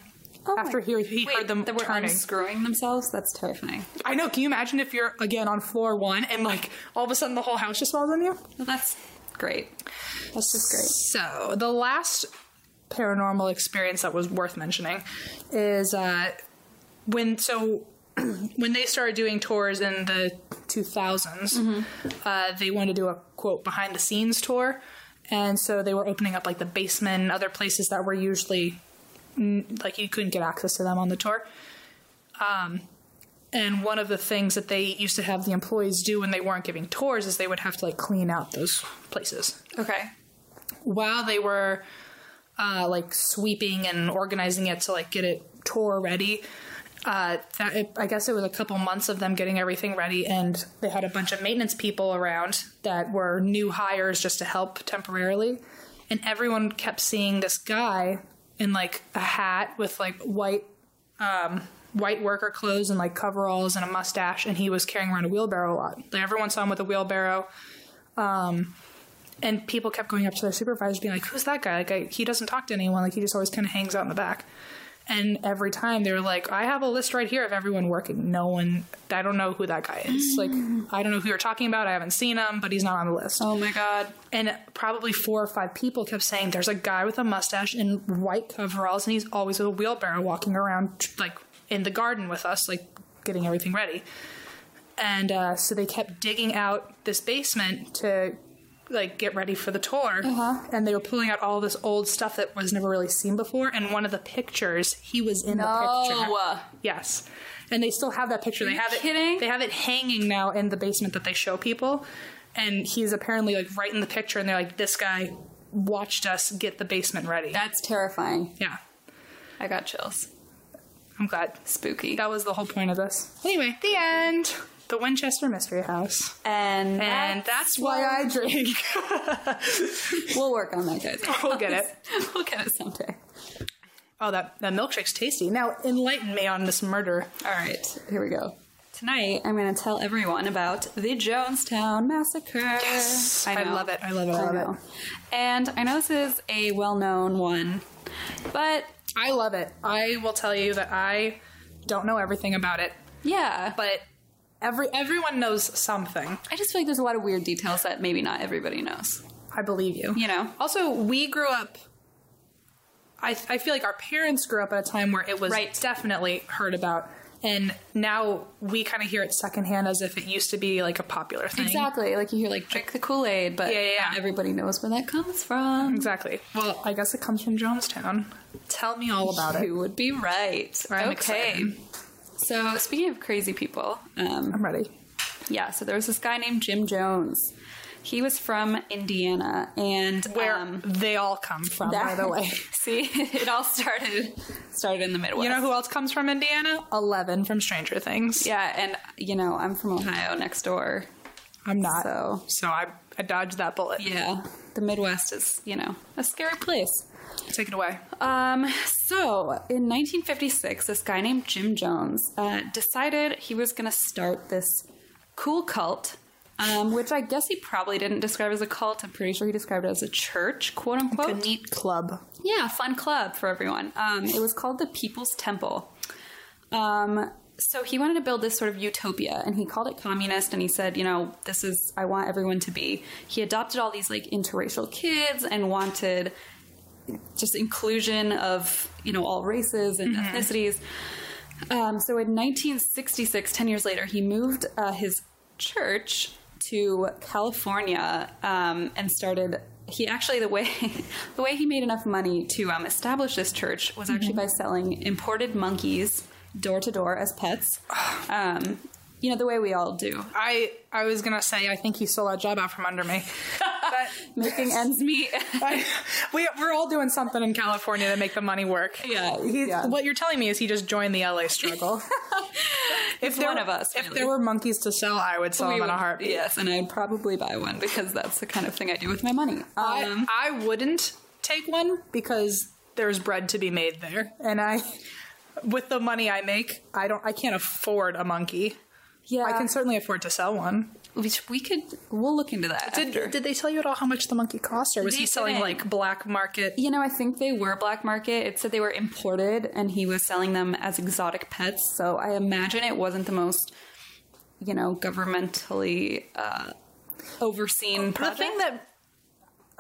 C: After he, he
D: Oh Wait,
C: heard them
D: they were
C: turning.
D: unscrewing themselves? That's terrifying.
C: I know. Can you imagine if you're again on floor one and like all of a sudden the whole house just falls on you?
D: Well, that's great. That's just great.
C: So the last paranormal experience that was worth mentioning is uh, when so when they started doing tours in the 2000s, uh, they wanted to do a quote behind the scenes tour, and so they were opening up like the basement and other places that were usually mm, like you couldn't get access to them on the tour. Um, And one of the things that they used to have the employees do when they weren't giving tours is they would have to like clean out those places
D: Okay.
C: while they were uh, like sweeping and organizing it to like get it tour ready. Uh, that it, I guess it was a couple months of them getting everything ready, and they had a bunch of maintenance people around that were new hires just to help temporarily. And everyone kept seeing this guy in like a hat with like white um, white worker clothes and like coveralls and a mustache, and he was carrying around a wheelbarrow a lot. Like everyone saw him with a wheelbarrow, um, and people kept going up to their supervisors, being like, "Who's that guy? Like I, he doesn't talk to anyone. Like he just always kind of hangs out in the back." And every time they were like, "I have a list right here of everyone working. No one. I don't know who that guy is. Like I don't know who you're talking about. I haven't seen him, but he's not on the list."
D: Mm. Oh my god.
C: and probably four or five people kept saying there's a guy with a mustache and white coveralls and he's always with a wheelbarrow walking around like in the garden with us like getting everything ready and uh, so they kept digging out this basement to like get ready for the tour and they were pulling out all this old stuff that was never really seen before and one of the pictures he was in the picture
D: No.
C: Yes. And they still have that picture. they
D: you
C: have
D: kidding?
C: it they have it hanging now in the basement that they show people. And he's apparently like right in the picture and they're like, This guy watched us get the basement ready.
D: That's terrifying.
C: yeah.
D: I got chills.
C: I'm glad.
D: Spooky.
C: That was the whole point of this. Anyway, the end. The Winchester Mystery House.
D: And,
C: And that's why I drink.
D: we'll work on that, guys.
C: we'll get it.
D: we'll get it someday.
C: Oh, that, that milkshake's tasty. Now enlighten me on this murder.
D: All right, here we go. Tonight, I'm going to tell everyone about the Jonestown Massacre. Yes,
C: I love it. I love it. I love it.
D: And I know this is a well-known one, but
C: I love it. I will tell you that I don't know everything about it.
D: yeah, but
C: but every everyone knows something.
D: I just feel like there's a lot of weird details that maybe not everybody knows.
C: I believe you.
D: You know.
C: Also, we grew up. I I feel like our parents grew up at a time where it was
D: Right.
C: definitely heard about, and now we kind of hear it secondhand as if it used to be like a popular thing.
D: Exactly, like you hear like drink the Kool-Aid, but
C: Yeah, yeah, yeah.
D: not everybody knows where that comes from.
C: Exactly. Well, I guess it comes from Jonestown. Tell me all about it.
D: You would be right.
C: I'm
D: okay.
C: excited.
D: So speaking of crazy people, um,
C: I'm ready.
D: Yeah, so there was this guy named Jim Jones. He was from Indiana, and
C: Where
D: um,
C: they all come from, by
D: that-
C: the way.
D: see, it all started started in the Midwest.
C: You know who else comes from Indiana? Eleven from Stranger Things.
D: Yeah, and you know I'm from Ohio, next door.
C: I'm not.
D: So-
C: so I, I dodged that bullet.
D: Yeah, the Midwest is you know a scary place.
C: Take it away.
D: Um, so in 1956, this guy named Jim Jones uh, decided he was going to start this cool cult, um, which I guess he probably didn't describe as a cult. I'm pretty sure he described it as a church, quote unquote.
C: A neat club.
D: Yeah, fun club for everyone. Um, it was called the People's Temple. Um, so he wanted to build this sort of utopia, and he called it communist. And he said, you know, this is I want everyone to be. He adopted all these like interracial kids and wanted just inclusion of you know all races and ethnicities. Um, so in 1966, 10 years later, he moved uh, his church to California um, and started. He actually the way the way he made enough money to um, establish this church was actually by selling imported monkeys door to door as pets. Um, you know the way we all do,
C: I I was gonna say I think he stole that job out from under me. But
D: making ends meet.
C: I, we we're all doing something in California to make the money work.
D: Yeah,
C: He's,
D: yeah.
C: What you're telling me is he just joined the LA struggle. if there
D: one
C: were-
D: of us,
C: if
D: really.
C: there were monkeys to sell, I would sell
D: We
C: them on a
D: would-
C: heartbeat.
D: Yes, and I'd probably buy one because that's the kind of thing I do with my money. Um,
C: I, I wouldn't take one because there's bread to be made there, and I. With the money I make, I don't. I can't afford a monkey.
D: yeah,
C: I can certainly afford to sell one.
D: we, we could we'll look into that. after.
C: Did, did they tell you at all how much the monkey cost, or was
D: They
C: he selling
D: didn't.
C: like black market?
D: You know, I think they were black market. It said they were imported and he was selling them as exotic pets. So I imagine it wasn't the most, you know, governmentally uh, overseen
C: The
D: project.
C: thing that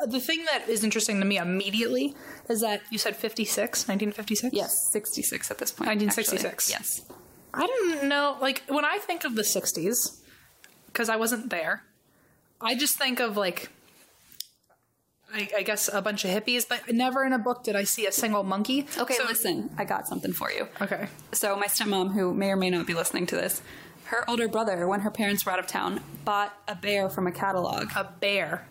C: the thing that is interesting to me immediately is that you said 56, 1956?
D: yes, 66 at this point.
C: 1966.
D: actually. Yes.
C: I don't know. Like, when I think of the 60s, because I wasn't there, I just think of, like, I, I guess a bunch of hippies, but never in a book did I see a single monkey.
D: Okay,
C: So-
D: listen, I got something for you.
C: Okay.
D: So my stepmom, who may or may not be listening to this, her older brother, when her parents were out of town, bought a bear from a catalog.
C: A bear.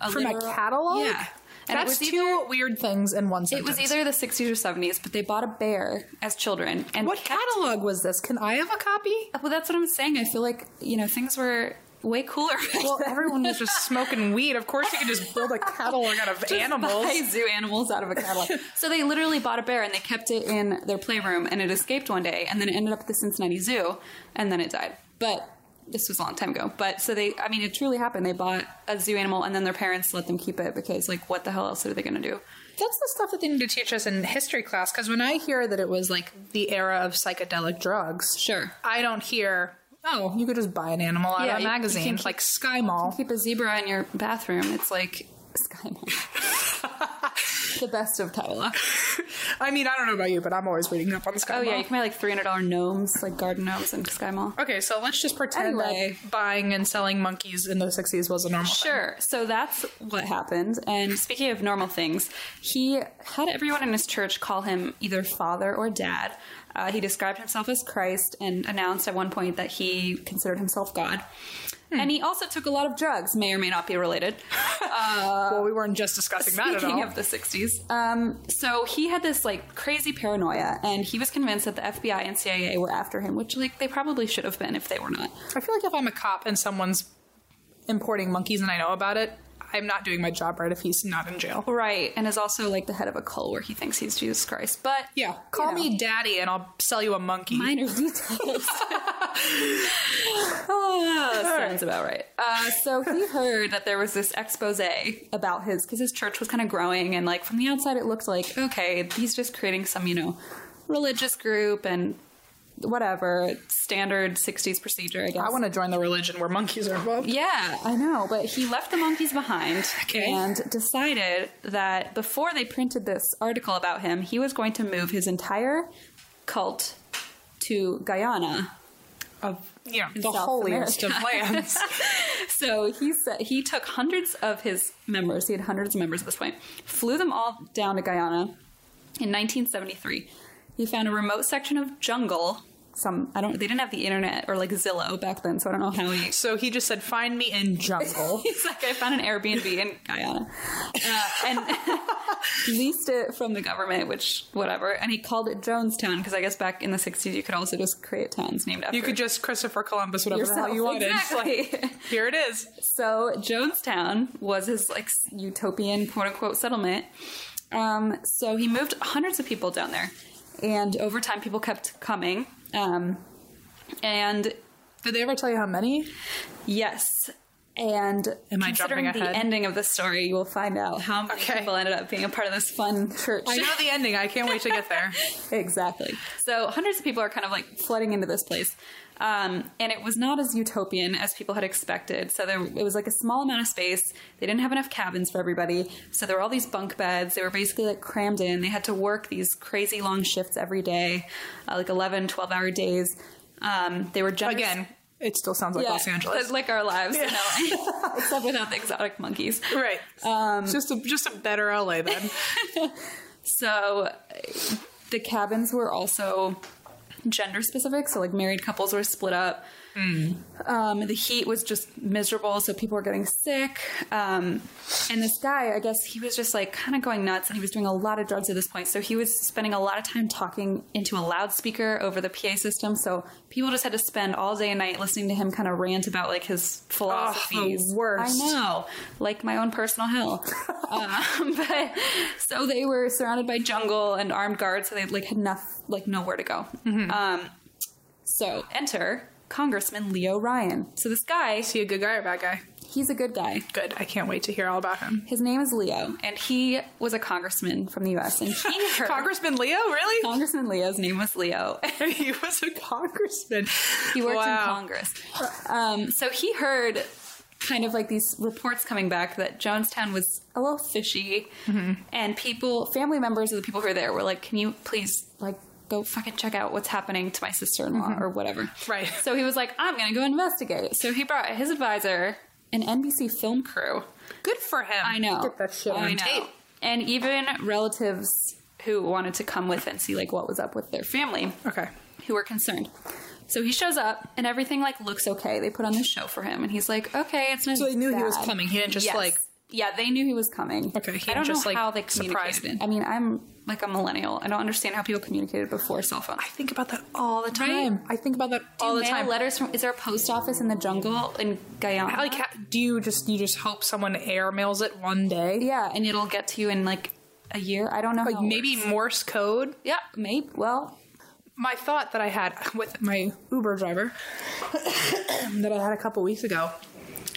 D: A
C: From a
D: literal-
C: catalog?
D: Yeah. And
C: That's
D: it was
C: two
D: either,
C: weird things in one
D: it
C: sentence.
D: was either the 60s or 70s, but they bought a bear as children. And
C: What
D: kept-
C: catalog was this? Can I have a copy?
D: Well, that's what I'm saying. I feel like you know things were way cooler.
C: Well, everyone was just smoking weed. Of course, you could just build a catalog out of animals.
D: Buy zoo animals out of a catalog. so they literally bought a bear and they kept it in their playroom, and it escaped one day, and then it ended up at the Cincinnati Zoo, and then it died. But this was a long time ago. But so they, I mean, it truly happened. They bought a zoo animal, and then their parents let them keep it because, like, what the hell else are they going to do?
C: That's the stuff that they need to teach us in history class. Because when I hear that it was like the era of psychedelic drugs,
D: Sure.
C: I don't hear. Oh, you could just buy an animal out
D: Yeah,
C: of a
D: you- you
C: magazine,
D: can keep-
C: like Sky Mall.
D: Keep a zebra in your bathroom. It's like Sky Mall. the best of Taiwan.
C: I mean, I don't know about you, but I'm always reading up on Sky
D: Oh
C: Mall.
D: yeah, you can buy like three hundred dollar gnomes, like garden gnomes, in Sky Mall.
C: Okay, so let's just pretend
D: Anyway.
C: that buying and selling monkeys in the 60s was a normal thing.
D: Sure. So that's what happened. And speaking of normal things, he had everyone in his church call him either father or dad. Uh, he described himself as Christ and announced at one point that he considered himself God.
C: Hmm.
D: And he also took a lot of drugs, may or may not be related.
C: Uh, well, we weren't just discussing that at
D: Speaking
C: all.
D: of the 60s. Um, so he had this like crazy paranoia, and he was convinced that the FBI and CIA were after him, which like they probably should have been if they were not.
C: I feel like if I'm a cop and someone's importing monkeys and I know about it, I'm not doing my job right if he's not in jail.
D: Right. And is also like the head of a cult where he thinks he's Jesus Christ. But
C: Yeah, call me daddy and I'll sell you a monkey.
D: minor details. Ah, sounds about right. Uh, so he heard that there was this expose about his, because his church was kind of growing, and like from the outside, it looked like okay, he's just creating some, you know, religious group and whatever standard '60s procedure. I guess.
C: I want to join the religion where monkeys are involved.
D: Yeah, I know, but he left the monkeys behind
C: Okay.
D: and decided that before they printed this article about him, he was going to move his entire cult to Guyana.
C: Of, you know, the
D: South
C: holiest of lands.
D: So he said he took hundreds of his members. He had hundreds of members at this point. Flew them all down to Guyana in 1973. He found a remote section of jungle. Some I don't. They didn't have the internet or like Zillow back then, so I don't know how he
C: so he just said, find me in jungle.
D: He's like, I found an Airbnb in Guyana uh, and leased it from the government, which whatever. And he called it Jonestown because I guess back in the '60s you could also just create towns named after
C: you could just Christopher Columbus, whatever the hell
D: yourself.
C: you wanted.
D: Exactly.
C: Here it is.
D: so Jonestown was his like utopian quote unquote settlement. Um, so he moved hundreds of people down there, and over time people kept coming. Um, and
C: Did they ever tell you how many?
D: Yes. And
C: Am I
D: considering
C: jumping ahead?
D: the ending of the story, you will find out how many
C: Okay.
D: people ended up being a part of this fun church.
C: I know the ending. I can't wait to get there.
D: exactly. So hundreds of people are kind of like flooding into this place. Um, and it was not as utopian as people had expected. So there, it was like a small amount of space. They didn't have enough cabins for everybody. So there were all these bunk beds. They were basically like crammed in. They had to work these crazy long shifts every day, uh, like 11, 12 hour days. Um, they were generous-
C: Again, it still sounds like Los Angeles.
D: like our lives, you know, except without the exotic monkeys.
C: Right. Um, just a just a better LA then.
D: So uh, the cabins were also gender specific, so like married couples were split up. Um, the heat was just miserable, so people were getting sick. Um, and this guy, I guess he was just like kind of going nuts, and he was doing a lot of drugs at this point. So he was spending a lot of time talking into a loudspeaker over the PA system. So people just had to spend all day and night listening to him kind of rant about like his philosophies.
C: worst.
D: I know, like my own personal hell. um, but so they were surrounded by jungle and armed guards, so they like had enough, like nowhere to go. Um, so enter Congressman Leo Ryan. So this guy,
C: Is he a good guy or a bad guy?
D: he's a good guy.
C: Good. I can't wait to hear all about him.
D: His name is Leo, and he was a congressman from the U.S. And he heard
C: Congressman Leo, really?
D: Congressman Leo's name was Leo.
C: he was a congressman.
D: He worked
C: Wow.
D: in Congress. Um, so he heard kind of like these reports coming back that Jonestown was a little fishy,
C: Mm-hmm.
D: and people, family members of the people who were there, were like, "Can you please like go fucking check out what's happening to my sister-in-law or whatever?"
C: Mm-hmm. Right.
D: So he was like, "I'm gonna go investigate." So he brought his advisor, an NBC film crew.
C: Good for him.
D: I know.
C: Get that shit
D: I
C: on
D: know.
C: tape.
D: And even relatives who wanted to come with and see like what was up with their family
C: Okay.
D: who were concerned. So he shows up and everything like looks okay. They put on the show for him and he's like, okay, it's not.
C: So he knew he was
D: bad.
C: coming. He didn't just
D: Yes.
C: like
D: Yeah, they knew he was coming.
C: Okay, he
D: I don't
C: just,
D: know
C: like,
D: how they
C: surprised
D: communicated. I mean, I'm like a millennial. I don't understand how people communicated before cell phones.
C: I think about that all the time. I think about that
D: Do
C: all
D: you
C: the
D: mail
C: time.
D: letters from? Is there a post office in the jungle in Guyana?
C: Like, ha- do you just you just hope someone air mails it one day?
D: yeah, and it'll get to you in like a year. I don't know.
C: Like
D: how it
C: Oh, maybe
D: works.
C: Morse code.
D: Yeah, maybe. Well,
C: My thought that I had with my Uber driver that I had a couple weeks ago.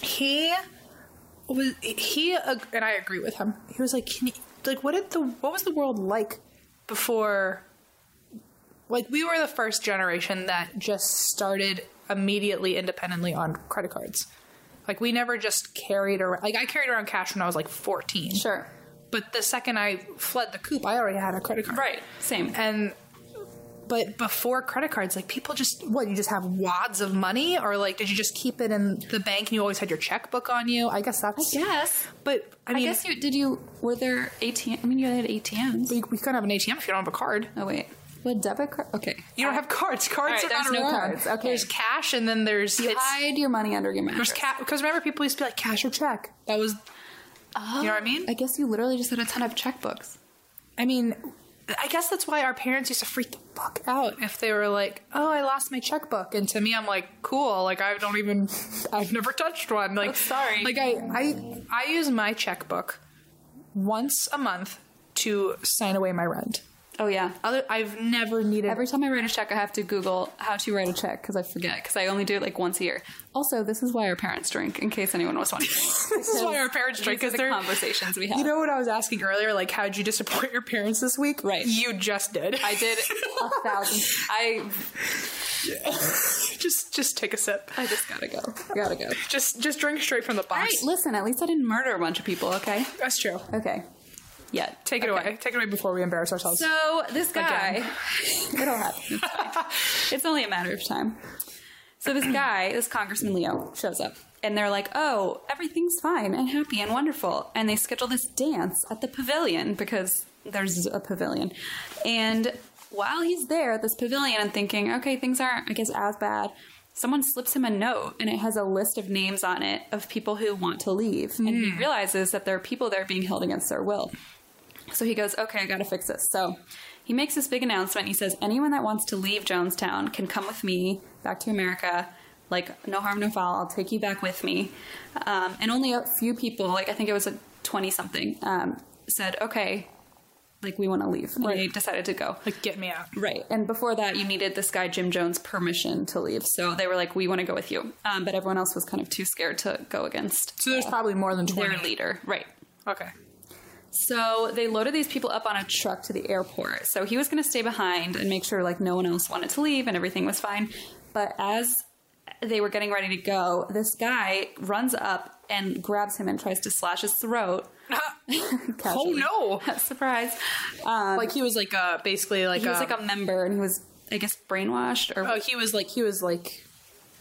C: He was he ag- and I agree with him. He was like, Can you, like what did the what was the world like before? Like we were the first generation that just started immediately independently on credit cards. Like we never just carried around. Like I carried around cash when I was like fourteen.
D: sure.
C: But the second I fled the coop, I already had a credit card.
D: Right. Same.
C: And but before credit cards, like people just what you just have wads of money, or like did you just keep it in the bank and you always had your checkbook on you? I guess that's
D: Yes.
C: But I
D: I,
C: mean,
D: guess you did. You were there ATM? I mean, you had ATMs.
C: we, we couldn't have an ATM if you don't have a card.
D: Oh wait, what debit card? Okay,
C: You don't have cards. Cards
D: Alright,
C: are not
D: Oh. there's no
C: around.
D: cards. Okay.
C: There's cash, and then there's
D: you
C: it's
D: hide your money under your mattress.
C: there's cash because remember people used to be like cash or check. That was you know what I mean.
D: Oh, I guess you literally just had a ton of checkbooks.
C: I mean, I guess that's why our parents used to freak the fuck out if they were like, "Oh, I lost my checkbook," and to me, I'm like, "Cool, like I don't even, I've never touched one." Like,
D: Oh, sorry.
C: like I, I, I use my checkbook once a month to sign away my rent.
D: Oh yeah.
C: Other, I've never needed.
D: Every time I write a check, I have to Google how to write a check because I forget because I only do it like once a year. Also, this is why our parents drink, in case anyone was wondering.
C: this is why our parents drink
D: These
C: because
D: are the
C: they're.
D: conversations we have.
C: You know what I was asking earlier? Like, how'd you disappoint your parents this week?
D: Right.
C: You just did.
D: I did a thousand. I
C: just, just take a sip.
D: I just gotta go. Gotta go.
C: Just, just drink straight from the
D: All
C: box.
D: right, listen. At least I didn't murder a bunch of people. Okay.
C: That's true.
D: Okay. Yeah.
C: Take it away. Take it away before we embarrass ourselves.
D: So this guy,
C: Again.
D: it'll happen. It's, fine. It's only a matter of time. So this guy, this Congressman Leo, shows up, and they're like, "Oh, everything's fine and happy and wonderful," and they schedule this dance at the pavilion because there's a pavilion, and while he's there at this pavilion and thinking, "Okay, things aren't, I guess, as bad." Someone slips him a note and it has a list of names on it of people who want to leave. And he realizes that there are people that are being held against their will. So he goes, okay, I gotta fix this. So he makes this big announcement. He says, anyone that wants to leave Jonestown can come with me back to America. Like, no harm, no foul. I'll take you back with me. Um, and only a few people, like, I think it was a 20 something, um, said, okay, like, we wanna leave. And they decided to go.
C: Like, get me out.
D: Right. And before that, you needed this guy, Jim Jones, permission to leave. So they were like, we wanna go with you. Um, but everyone else was kind of too scared to go against
C: So there's probably more than
D: their
C: 20.
D: leader. Right.
C: Okay.
D: So they loaded these people up on a truck to the airport. So he was going to stay behind and make sure like no one else wanted to leave and everything was fine. But as they were getting ready to go, this guy runs up and grabs him and tries to slash his throat.
C: Oh no!
D: Surprise! Um,
C: like he was like uh basically like
D: He was
C: um,
D: like a member and he was, I guess, brainwashed or
C: oh he was like he was like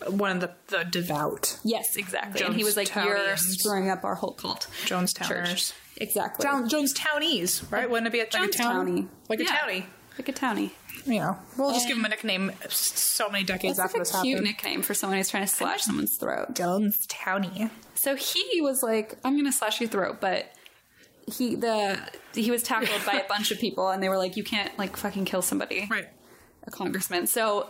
C: one of the the devout
D: yes, exactly. and he was like, "You're
C: Jonestownians.
D: screwing up our whole cult."
C: Jonestowners.
D: Church. exactly.
C: Down, Jones Townies, right? Wouldn't it be like a town?
D: Jonestown-y.
C: Like a
D: Yeah.
C: townie.
D: like a townie.
C: You know, we'll just give him a nickname. s- So many decades
D: That's
C: after
D: like
C: this
D: a cute
C: happened,
D: nickname for someone who's trying to slash someone's throat.
C: Jones Townie.
D: So he was like, "I'm gonna slash your throat," but he the he was tackled by a bunch of people, and they were like, "You can't like fucking kill somebody,
C: Right.
D: a congressman." So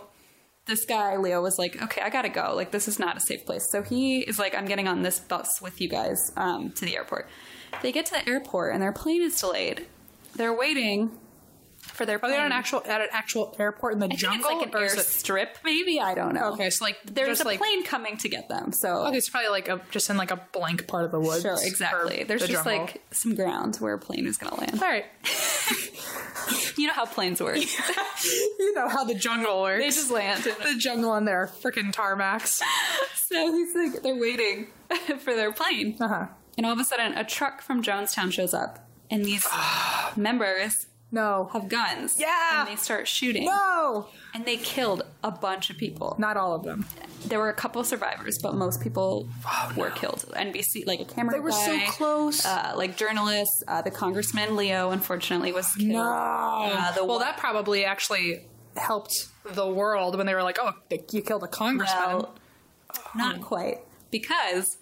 D: this guy Leo was like, "Okay, I gotta go. Like, this is not a safe place." So he is like, "I'm getting on this bus with you guys um, to the airport." They get to the airport, and their plane is delayed. They're waiting for their.
C: Are
D: plane.
C: Oh, they at an actual at an actual airport in the
D: Um, I think
C: jungle?
D: it's like an
C: or
D: air
C: is it-
D: strip, maybe I don't know.
C: Okay, so, like,
D: there's
C: just,
D: a
C: like-
D: plane coming to get them. So
C: okay, it's probably like a just in like a blank part of the woods.
D: Sure,
C: or
D: exactly. There's
C: the
D: just
C: jungle.
D: like some ground where a plane is going to land.
C: all right.
D: You know how planes work.
C: You know how the jungle works.
D: they just land.
C: the jungle and their freaking tarmacs.
D: So he's like, they're waiting for their plane.
C: Uh huh.
D: And all of a sudden, a truck from Jonestown shows up. And these members
C: No.
D: have guns.
C: Yeah.
D: And they start shooting.
C: no.
D: And they killed a bunch of people.
C: Not all of them.
D: There were a couple survivors, but most people were killed. NBC, like a camera
C: They were so
D: guy,
C: close.
D: Uh, like journalists, uh, the congressman, Leo, unfortunately, was killed. Uh, the
C: well,
D: one-
C: that probably actually helped the world when they were like, "Oh, they, you killed a congressman."
D: Well, not quite because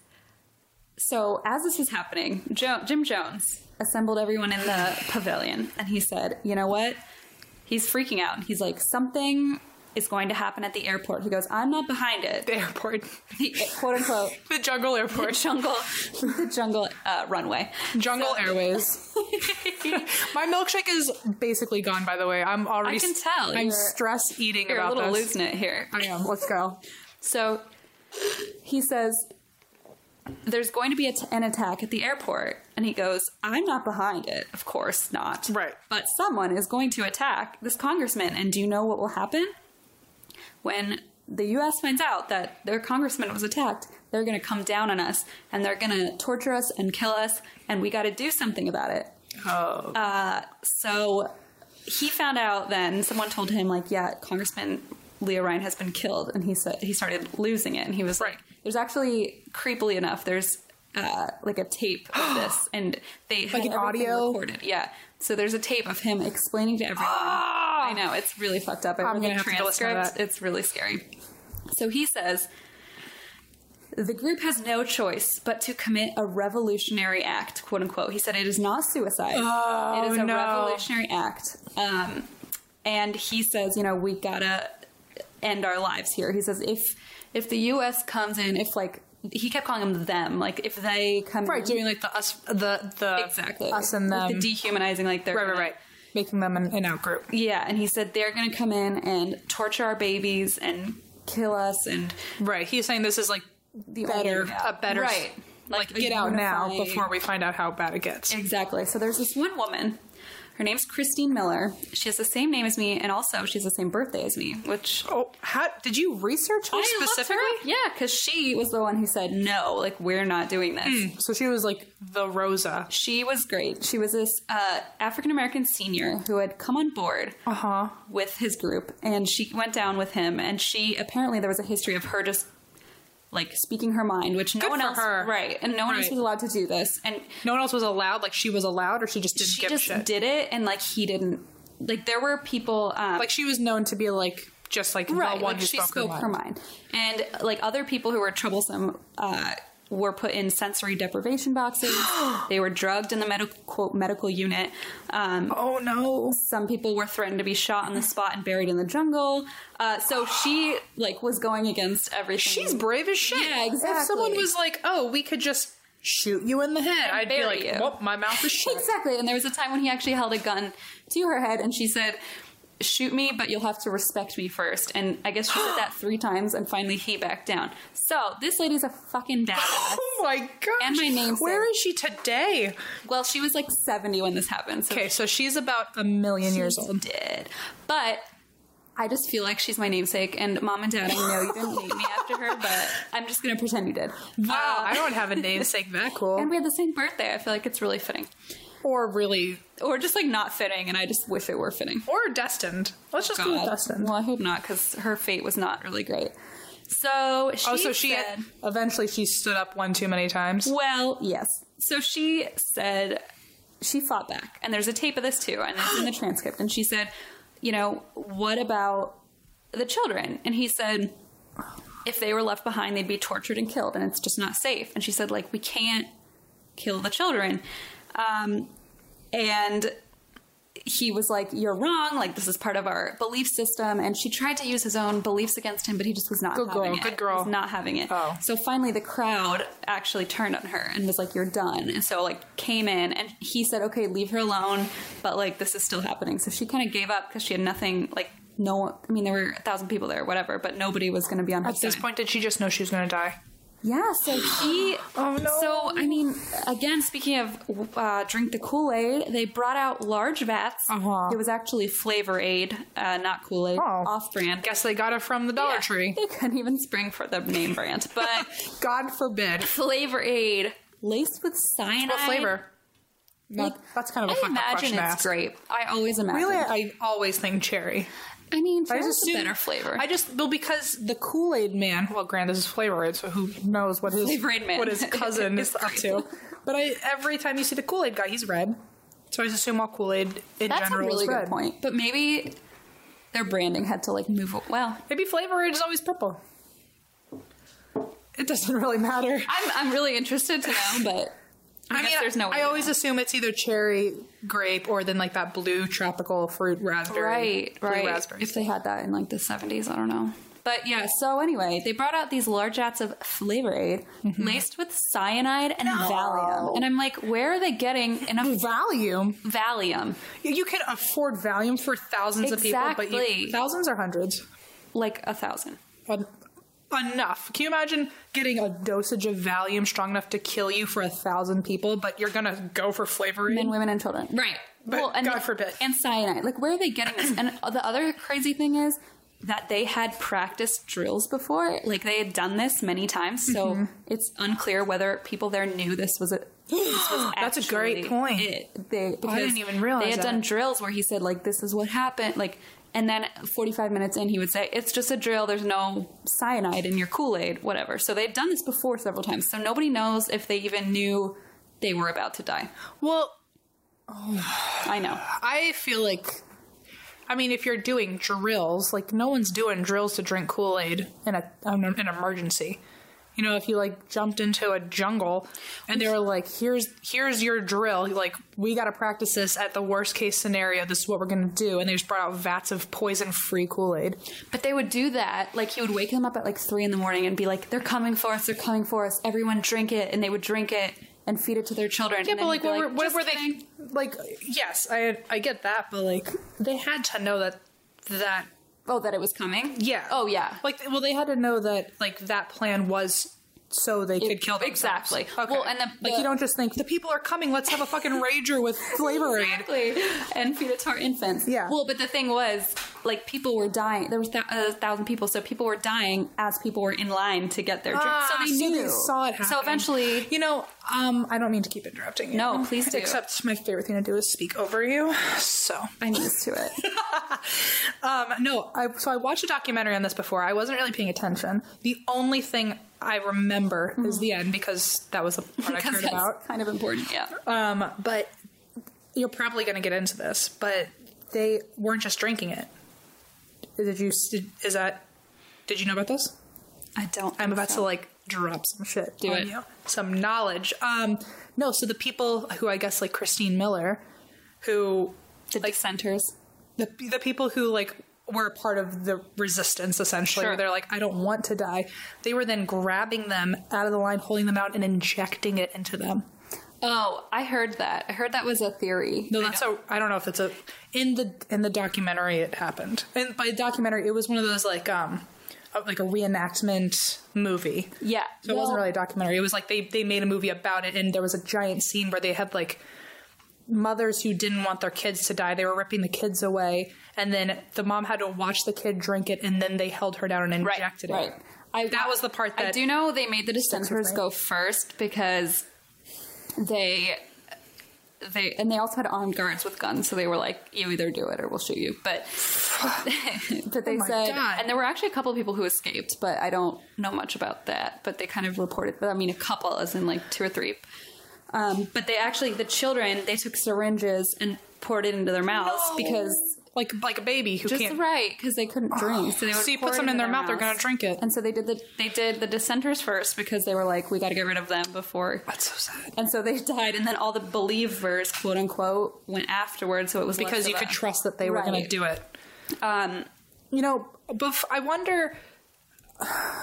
D: So as this was happening, jo- Jim Jones assembled everyone in the pavilion, and he said, "You know what? He's freaking out. He's like, something is going to happen at the airport." He goes, "I'm not behind it."
C: The airport.
D: The, quote unquote
C: The jungle airport.
D: jungle, the jungle uh, runway.
C: Jungle Airways. My milkshake is basically gone, by the way. I'm already.
D: I can tell.
C: I'm
D: You're-
C: stress eating
D: You're a
C: about
D: little
C: this.
D: losing it here.
C: I am. Let's go.
D: So he says, There's going to be a t- an attack at the airport. And he goes, I'm not behind it. Of course not.
C: Right.
D: But someone is going to attack this congressman. And do you know what will happen? When the U.S. finds out that their congressman was attacked, they're going to come down on us and they're going to torture us and kill us. And we got to do something about it.
C: Oh.
D: So he found out then someone told him like, yeah, Congressman Leo Ryan has been killed, and he said he started losing it, and he was
C: Right.
D: like, there's actually creepily enough, there's uh, like a tape of this, and they had
C: Like an
D: everything
C: audio?
D: recorded, yeah. So there's a tape of him explaining to everyone.
C: Ah!
D: I know it's really fucked up. I
C: I'm
D: read the
C: gonna have to listen to
D: transcript.
C: that.
D: It's really scary. So he says. The group has no choice but to commit a revolutionary act, quote unquote. He said it is not suicide. it is a
C: Oh, no.
D: revolutionary act. Um, and he says, you know, we gotta end our lives here. He says if if the US comes in, if like he kept calling them them, like if they come
C: Right,
D: in,
C: doing like the us, the the
D: exactly
C: us and
D: Like,
C: them.
D: the dehumanizing like they're
C: right, right,
D: gonna-
C: right. Making them an, an out group.
D: Yeah, and he said they're gonna come in and torture our babies and kill us and
C: Right. He's saying this is like
D: the
C: better,
D: only-
C: a better,
D: right.
C: Like,
D: a
C: get out now
D: unified-
C: before we find out how bad it gets.
D: Exactly. So there's this one woman. Her name's Christine Miller. She has the same name as me, and also she has the same birthday as me, which
C: Oh, how did you research her
D: I looked her
C: specifically?
D: up. yeah, because she was the one who said no, like we're not doing this.
C: So she was like the Rosa.
D: She was great. She was this uh, African American senior who had come on board
C: huh.
D: with his group, and she went down with him. And she apparently there was a history of her just like speaking her mind, which no
C: Good
D: one
C: for
D: else
C: her.
D: right, and no one else
C: Right.
D: was allowed to do this. And
C: No one else was allowed. Like she was allowed, or she just didn't
D: she
C: give
D: just
C: shit.
D: did it, and like he didn't. Like there were people um,
C: Like she was known to be like just like the one
D: like
C: who
D: she
C: spoke,
D: spoke
C: her
D: her
C: mind.
D: mind. And like other people who were troublesome uh, were put in sensory deprivation boxes. they were drugged in the medical quote medical unit. Um,
C: Oh no!
D: some people were threatened to be shot on the spot and buried in the jungle. Uh, so she like was going against everything.
C: She's brave as shit.
D: Yeah,
C: If someone
D: exactly.
C: was like, "Oh, we could just shoot you in the head," I'd be
D: bury
C: like,
D: you.
C: "Well, my mouth is shut."
D: Exactly. And there was a time when he actually held a gun to her head and she said, Shoot me, but you'll have to respect me first. And I guess she said that three times and finally he backed down. So this lady's a fucking badass.
C: Oh my gosh!
D: And my name's
C: Where
D: Sarah.
C: is she today?
D: Well, she was like 70 when this happened. So
C: Okay, so she's about a million years
D: she
C: old.
D: Did. But I just feel like she's my namesake. And mom and dad, I know you didn't name me after her, but I'm just going to pretend you did.
C: Wow,
D: Uh,
C: I don't have a namesake that cool,
D: and we had the same birthday. I feel like it's really fitting.
C: or really,
D: Or just like not fitting, and I just wish it were fitting.
C: or destined. Let's just go with
D: God.
C: destined.
D: Well, I hope not, because her fate was not really great. So she
C: oh, so she
D: said,
C: eventually she stood up one too many times.
D: well, yes. So she said she fought back, and there's a tape of this too, and it's in the transcript. And she said, you know, what about the children? And he said, if they were left behind, they'd be tortured and killed, and it's just not safe. And she said, like, we can't kill the children. Um, and he was like, You're wrong. Like, this is part of our belief system. And she tried to use his own beliefs against him, but he just was not
C: Good girl,
D: having it.
C: good girl.
D: Was not having it.
C: Oh.
D: So finally, the crowd actually turned on her and was like, You're done. And so, like, came in and he said, Okay, leave her alone. But, like, this is still happening. So she kind of gave up because she had nothing, like, no, I mean, there were a thousand people there, whatever, but nobody was going to be on her
C: At this
D: side.
C: point, did she just know she was going to die?
D: Yeah, so he.
C: Oh, no.
D: So I mean, again, speaking of uh, drink the Kool Aid, they brought out large vats.
C: Uh-huh.
D: It was actually Flavor Aid, uh, not Kool Aid,
C: Oh.
D: off brand.
C: Guess they got it from the Dollar Tree.
D: They couldn't even spring for the name brand, but
C: God forbid.
D: Flavor Aid laced with cyanide.
C: What flavor? No,
D: Like,
C: that's kind of a
D: I
C: fucked up
D: imagine
C: question to
D: it's
C: ask.
D: grape. I always imagine.
C: Really, I always think cherry.
D: I mean,
C: I
D: cherry's
C: just
D: a
C: assume-
D: better flavor.
C: I just well because the Kool Aid Man. Well, granted, this is Flavor Aid, so who knows what his
D: Flavor Aid Man.
C: what his cousin is
D: It's
C: up to? But I every time you see the Kool Aid guy, he's red. So I just assume all Kool Aid in
D: That's a
C: general
D: really
C: is red.
D: good point. But maybe their branding had to like move. Well,
C: Maybe Flavor Aid is always purple. It doesn't really matter.
D: I'm, I'm really interested to know, but I, guess there's no way.
C: I
D: to
C: always
D: know.
C: assume it's either cherry, grape, or then like that blue tropical fruit raspberry.
D: right,
C: blue
D: right.
C: raspberry.
D: If they had that in like the 70s, I don't know. But yeah, so anyway, they brought out these large jats of Flavor Aid
C: Mm-hmm.
D: laced with cyanide and Valium. And I'm like, where are they getting enough
C: Valium.
D: Valium?
C: You can afford Valium for thousands of people, but you,
D: Exactly.
C: thousands or hundreds.
D: Like a thousand.
C: En- enough. Can you imagine getting a dosage of Valium strong enough to kill you for a thousand people, but you're gonna go for flavoring?
D: men, women, and children. Right.
C: But God forbid.
D: And cyanide. Like, where are they getting this? and the other crazy thing is that they had practiced drills before. Like, they had done this many times. So it's unclear whether people there knew this was a. this was
C: That's a great
D: actually
C: point.
D: It. They,
C: I didn't
D: because
C: even realize
D: They had
C: that.
D: done drills where he said, like, this is what happened. Like, and then 45 minutes in, he would say, It's just a drill. There's no cyanide in your Kool Aid, whatever. So they'd done this before several times. So nobody knows if they even knew they were about to die.
C: Well,
D: I know.
C: I feel like, I mean, if you're doing drills, like no one's doing drills to drink Kool Aid in a um, an emergency. You know, if you like jumped into a jungle and they were like, "Here's here's your drill," like we got to practice this at the worst case scenario. This is what we're gonna do, and they just brought out vats of poison free Kool Aid.
D: But they would do that. Like he would wake them up at like three in the morning and be like, "They're coming for us! They're coming for us! Everyone drink it!" And they would drink it and feed it to their children.
C: Yeah,
D: and then
C: but like,
D: he'd be
C: what, were, what
D: "Just
C: were they?
D: kidding."
C: Like, yes, I I get that, but like, they had to know that that
D: Oh, that it was coming.
C: Yeah.
D: Oh, yeah.
C: Like, well, they had to know that like that plan was so they could kill themselves.
D: exactly. Well, and the-
C: like
D: the-
C: you don't just think the people are coming. Let's have a fucking rager with flavor aid.
D: Exactly. And feed it to our infants.
C: Yeah.
D: Well, but the thing was, like, people were dying. There was th- a thousand people, so people were dying as people were in line to get their drink.
C: Ah,
D: so they knew.
C: saw it happen.
D: So eventually,
C: you know, um, I don't mean to keep interrupting you.
D: No, please do.
C: Except my favorite thing to do is speak over you. So,
D: I'm used to it.
C: um, no, I, so I watched a documentary on this before. I wasn't really paying attention. The only thing I remember is the end because that was the part I
D: Because
C: cared
D: Mm-hmm. that's
C: about.
D: kind of important. Yeah.
C: Um, but you're probably going to get into this, but they weren't just drinking it. Did you? Did, is that? Did you know about this?
D: I don't.
C: I'm
D: think
C: about
D: so.
C: to like drop some shit
D: Do
C: on
D: it.
C: you, some knowledge. Um, no. So the people who I guess like Christine Miller, who
D: the dissenters.
C: the the people who like were a part of the resistance essentially
D: Sure.
C: where they're like i don't want to die they were then grabbing them out of the line holding them out and injecting it into them
D: Oh, I heard that. I heard that was a theory.
C: No, that's a. I don't know if it's a. In the in the documentary, it happened. And by documentary, it was one of those like um, uh, like a reenactment movie.
D: Yeah.
C: So it wasn't
D: Well-
C: really a documentary. It was like they they made a movie about it, and there was a giant scene where they had like mothers who didn't want their kids to die. They were ripping the kids away, and then the mom had to watch the kid drink it, and then they held her down and injected it.
D: I,
C: That was the part
D: I
C: that-
D: do know they made the dissenters
C: me.
D: go first because they they and they also had armed guards with guns, so they were like, "You either do it or we'll shoot you." But but they
C: Oh my
D: said,
C: God.
D: and there were actually a couple of people who escaped, but I don't know much about that. But they kind of reported. I mean, a couple, as in like two or three. Um, but they actually, the children, they took syringes and poured it into their mouths because
C: like like a baby who
D: just
C: can't. Oh,
D: right because they couldn't drink. So they would
C: So you
D: pour
C: put
D: it
C: something in
D: into
C: their mouth, they're gonna drink it.
D: And so they did the they did the dissenters first because they were like, we got to get rid of them before.
C: That's so sad.
D: And so they died, and then all the believers, quote unquote, went afterwards. So it was less
C: Because
D: of
C: you
D: a-
C: could trust that they were going to
D: Right.
C: do it.
D: Um,
C: you know, bef- I wonder.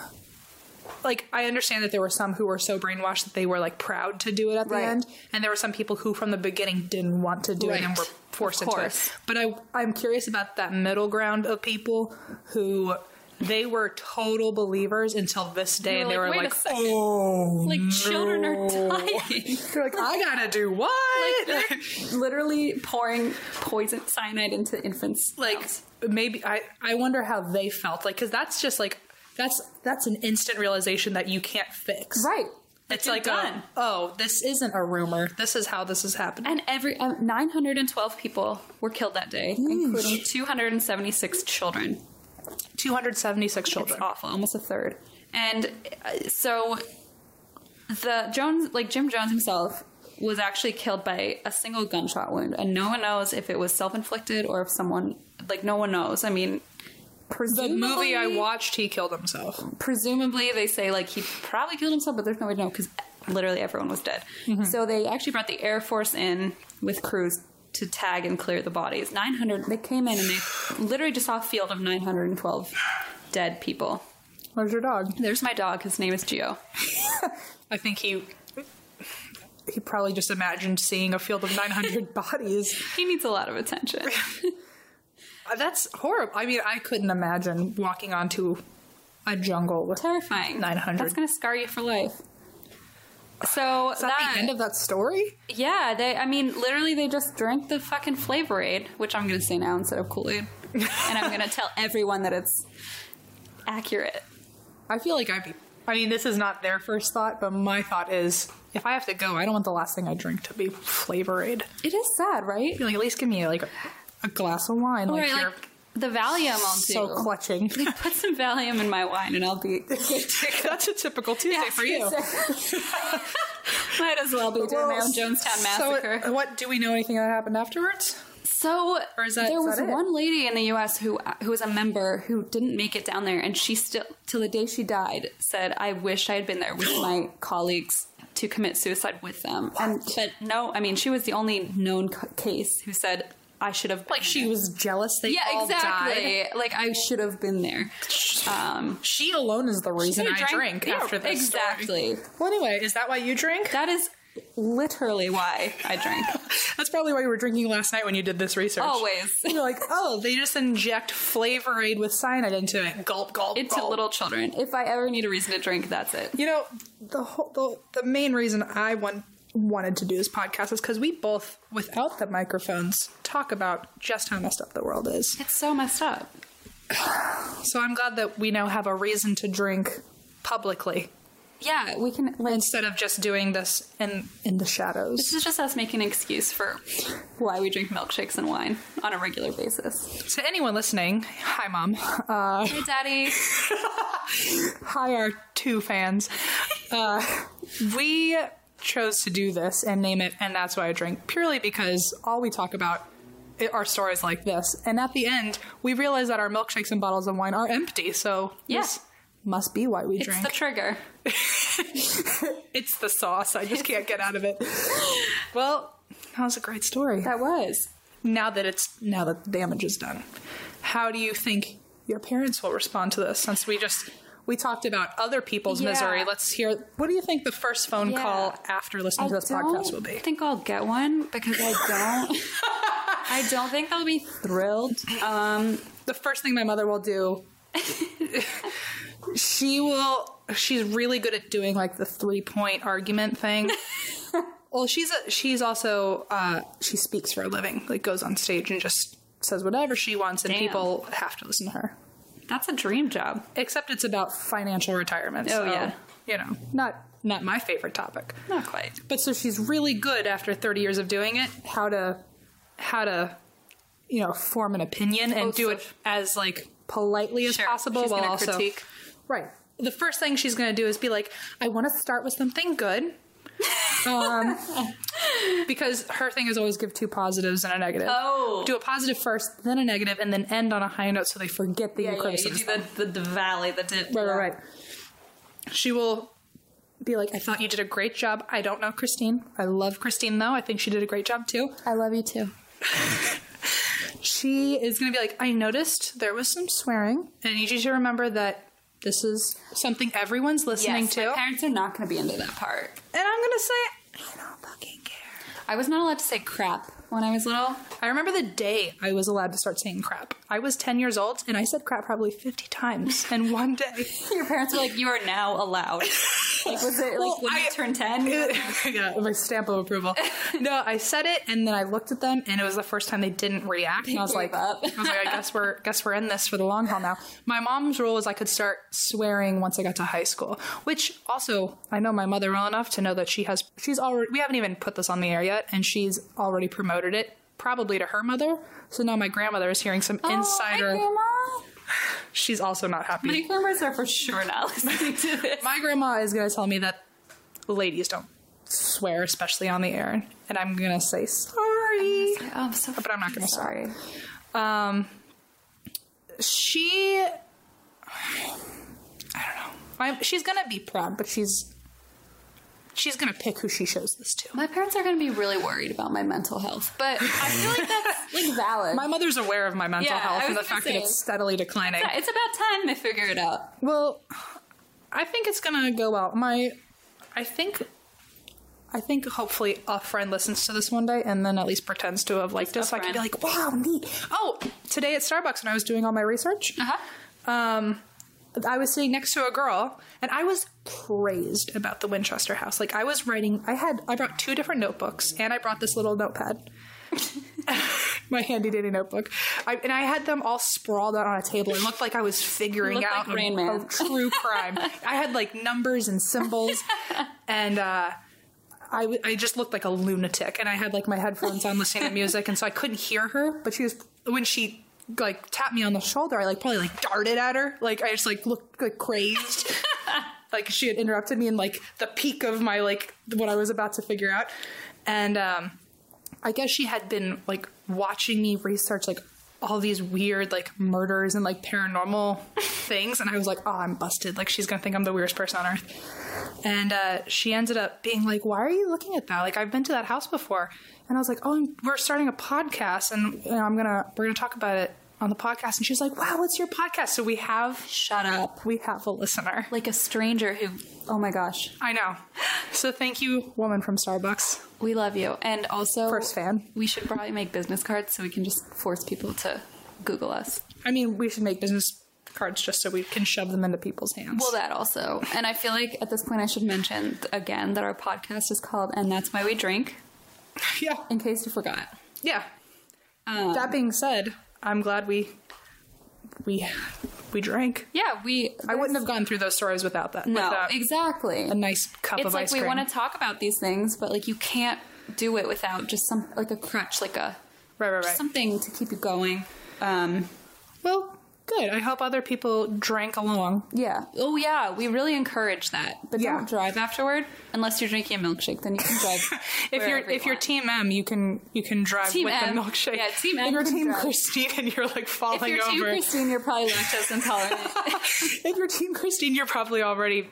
C: Like I understand that there were some who were so brainwashed that they were like proud to do it at the
D: Right.
C: end, and there were some people who from the beginning didn't want to do it and
D: Right.
C: were forced
D: Of
C: into it.
D: course.
C: But I I'm curious about that middle ground of people who they were total believers until this day, and
D: were
C: they
D: like,
C: were
D: "Wait a
C: like,
D: second."
C: oh,
D: like children are
C: no."
D: dying.
C: They're like, I gotta do what?
D: Like, they're literally pouring poison cyanide into infants.
C: like
D: mouths.
C: maybe I I wonder how they felt like because that's just like that's that's an instant realization that you can't fix.
D: right.
C: It's
D: you're
C: like
D: done.
C: a, oh this isn't a rumor. This is how this is happening.
D: And every um, 912 people were killed that day, including 276 children.
C: Two hundred seventy six children.
D: It's awful, almost a third. And uh, so the Jones, like Jim Jones himself, was actually killed by a single gunshot wound, and no one knows if it was self inflicted or if someone, like, no one knows. I mean,
C: The
D: presumably
C: movie I watched, he killed himself.
D: presumably they say like he probably killed himself, but there's no way to know because literally everyone was dead. So they actually brought the Air Force in with crews to tag and clear the bodies. 900. They came in and they literally just saw a field of 912 dead people.
C: Where's your dog?
D: There's my dog. His name is Geo.
C: I think he he probably just imagined seeing a field of 900 bodies.
D: He needs a lot of attention.
C: Uh, That's horrible. I mean, I couldn't imagine walking onto a jungle with.
D: Terrifying.
C: 900.
D: That's gonna scar you for life. So
C: Is that the end of that story?
D: Yeah, they. I mean, literally, they just drank the fucking Flavor Aid, which I'm going to say now instead of Kool Aid, and I'm going to tell everyone that it's accurate.
C: I feel like I'd be. I mean, this is not their first thought, but my thought is if I have to go, I don't want the last thing I drink to be Flavor Aid.
D: It is sad, right?
C: Be Like, at least give me like a, a glass of wine.
D: Or
C: Like,
D: like
C: you're
D: the Valium, I'll do.
C: so clutching.
D: Put some Valium in my wine, and I'll be.
C: That's a typical Tuesday for you.
D: Might as well be doing my own Jonestown massacre.
C: So, what do we know? Anything that happened afterwards?
D: So
C: Or is that-
D: there
C: is
D: was
C: that it?
D: one lady in the U.S. who who was a member who didn't make it down there, and she still, till the day she died, said, "I wish I had been there with my colleagues to commit suicide with them." And but no, I mean she was the only known c- case who said I should have. Like
C: She was jealous. They
D: yeah,
C: all died.
D: exactly. Like I should have been there. Um,
C: She alone is the reason
D: she
C: I
D: drank-
C: drink
D: yeah,
C: after this. Story.
D: exactly.
C: Well, anyway, is that why you drink?
D: That is literally why I drank.
C: That's probably why you were drinking last night when you did this research.
D: Always.
C: You're like, oh, they just inject Flavor Aid with cyanide into it. Gulp, gulp,
D: It's to
C: gulp.
D: little children. If I ever need a reason to drink, that's it.
C: You know, the whole the, the main reason I want, wanted to do this podcast is because we both, without the microphones, talk about just how messed up the world is.
D: It's so messed up.
C: So I'm glad that we now have a reason to drink publicly
D: Yeah, we can like
C: instead of just doing this in in the shadows.
D: This is just us making an excuse for why we drink milkshakes and wine on a regular basis.
C: To anyone listening, hi mom. Uh,
D: Hey, Daddy.
C: hi our two fans. Uh, we chose to do this and name it, and that's why I drink purely because all we talk about i- are stories like this. And at the end, we realize that our milkshakes and bottles of wine are empty. So
D: Yeah.
C: this must be why we
D: It's
C: drink.
D: the trigger.
C: it's the sauce. I just can't get out of it. Well, that was a great story.
D: That was.
C: now that it's now that the damage is done how do you think your parents will respond to this since we just we talked about other people's
D: Yeah.
C: misery let's hear what do you think the first phone
D: Yeah.
C: call after listening to this podcast will be
D: I think I'll get one because I don't. I don't think I'll be thrilled. Um,
C: the first thing my mother will do she will she's really good at doing like the three point argument thing well she's a, she's also uh she speaks for a living like goes on stage and just says whatever she wants and
D: Damn.
C: people have to listen to her
D: that's a dream job.
C: except it's about financial retirement. so,
D: Oh, yeah.
C: you know, not not my favorite topic.
D: Not quite.
C: But so she's really good after 30 years of doing it, how to how to you know form an opinion and
D: Oh,
C: do
D: so-
C: it as like politely as
D: Sure.
C: possible
D: She's
C: while
D: gonna
C: also
D: critique.
C: right. The first thing she's going to do is be like, I want to start with something good. um, because her thing is always give two positives and a negative.
D: Oh.
C: Do a positive first, then a negative, and then end on a high note so they forget that you criticized them.
D: the, the valley, the dip.
C: Right, right, right. She will be like, I thought you did a great job. I don't know Christine. I love Christine though. I think she did a great job too.
D: I love you too.
C: She is going to be like, I noticed there was some swearing. And I need you to remember that this is something everyone's listening
D: Yes,
C: to.
D: my parents are not going to be into that part.
C: and I'm going to say, I don't fucking care.
D: I was not allowed to say crap when I was little.
C: I remember the day I was allowed to start saying crap. I was 10 years old and I said crap probably 50 times in one day.
D: Your parents were like, "You are now allowed." Like, was it like
C: Well,
D: when
C: I-
D: you turned ten?
C: yeah, my stamp of approval. No, I said it, and then I looked at them, and it was the first time they didn't react. And I was
D: gave
C: like,
D: up.
C: I was like, I guess we're guess we're in this for the long haul now. My mom's rule was I could start swearing once I got to high school, which also I know my mother well enough to know that she has she's already we haven't even put this on the air yet, and she's already promoted it. Probably to her mother. So now my grandmother is hearing some insider.
D: Oh,
C: She's also not happy.
D: my grandma. My grandmas are for sure not listening to this.
C: My grandma is going to tell me that ladies don't swear, especially on the air, and I'm going to say sorry.
D: Oh, I'm so.
C: But I'm not going to
D: sorry.
C: Um, she I don't know. i she's gonna be proud, but she's she's gonna pick who she shows this to.
D: My parents are going to be really worried about my mental health, but I feel like that's like valid.
C: My mother's aware of my mental
D: Yeah,
C: health
D: I
C: and the
D: was gonna
C: fact that
D: say.
C: it's steadily declining.
D: Yeah, it's about time they figure it out.
C: Well, I think it's gonna go well. My, I think, I think hopefully a friend listens to this one day and then at least pretends to have liked it, so I can be
D: friend.
C: like, wow, neat. Oh, today at Starbucks when I was doing all my research,
D: Uh-huh.
C: um, I was sitting next to a girl and I was crazed about the Winchester House. Like I was writing, I had, I brought two different notebooks and I brought this little notepad. my handy dandy notebook. I, and I had them all sprawled out on a table. It looked like I was figuring
D: Looked
C: out
D: like Rain
C: a-
D: Man.
C: a true crime. I had like numbers and symbols, and uh, I w- I just looked like a lunatic. And I had like my headphones on, listening to music, and so I couldn't hear her. But she was when she like tapped me on the shoulder. I like probably like darted at her. Like I just like looked like crazed. like she had interrupted me in like the peak of my like what I was about to figure out, and um, I guess she had been like watching me research like all these weird like murders and like paranormal things and I was like, "Oh, I'm busted. Like she's going to think I'm the weirdest person on earth." And uh she ended up being like, "Why are you looking at that? Like I've been to that house before." And I was like, "Oh, I'm- we're starting a podcast and you know, I'm going to we're going to talk about it on the podcast." And she was like, "Wow, what's your podcast?" So we have
D: Shut up.
C: we have a listener.
D: Like a stranger who, oh my gosh,
C: I know. So thank you, woman from Starbucks.
D: we love you. And also,
C: First fan.
D: we should probably make business cards so we can just force people to Google us.
C: I mean, we should make business cards just so we can shove them into people's hands.
D: Well, that also. And I feel like at this point, I should mention again that our podcast is called And That's Why We Drink,
C: yeah,
D: in case you forgot.
C: yeah.
D: Um,
C: That being said, I'm glad we we we drank.
D: yeah, we.
C: I wouldn't have gone through those stories without that.
D: No,
C: without
D: exactly.
C: a nice cup
D: it's
C: of
D: like
C: ice
D: we
C: cream.
D: want to talk about these things, but like you can't do it without just some like a crutch, like a
C: right, right, right.
D: something to keep you going. Um,
C: well, good. I hope other people drank along.
D: yeah. Oh yeah, we really encourage that. But
C: Yeah.
D: don't drive afterward unless you're drinking a milkshake. Then you can drive.
C: If you're
D: wherever you
C: if you're
D: want.
C: Team M, you can you can drive
D: Team
C: with
D: M.
C: the milkshake.
D: Yeah, Team
C: If
D: M
C: you're
D: can
C: Team
D: drive.
C: Christine and you're like falling
D: if you're too
C: over.
D: Christine, you're probably lactose intolerant.
C: if you're Team Christine, you're probably already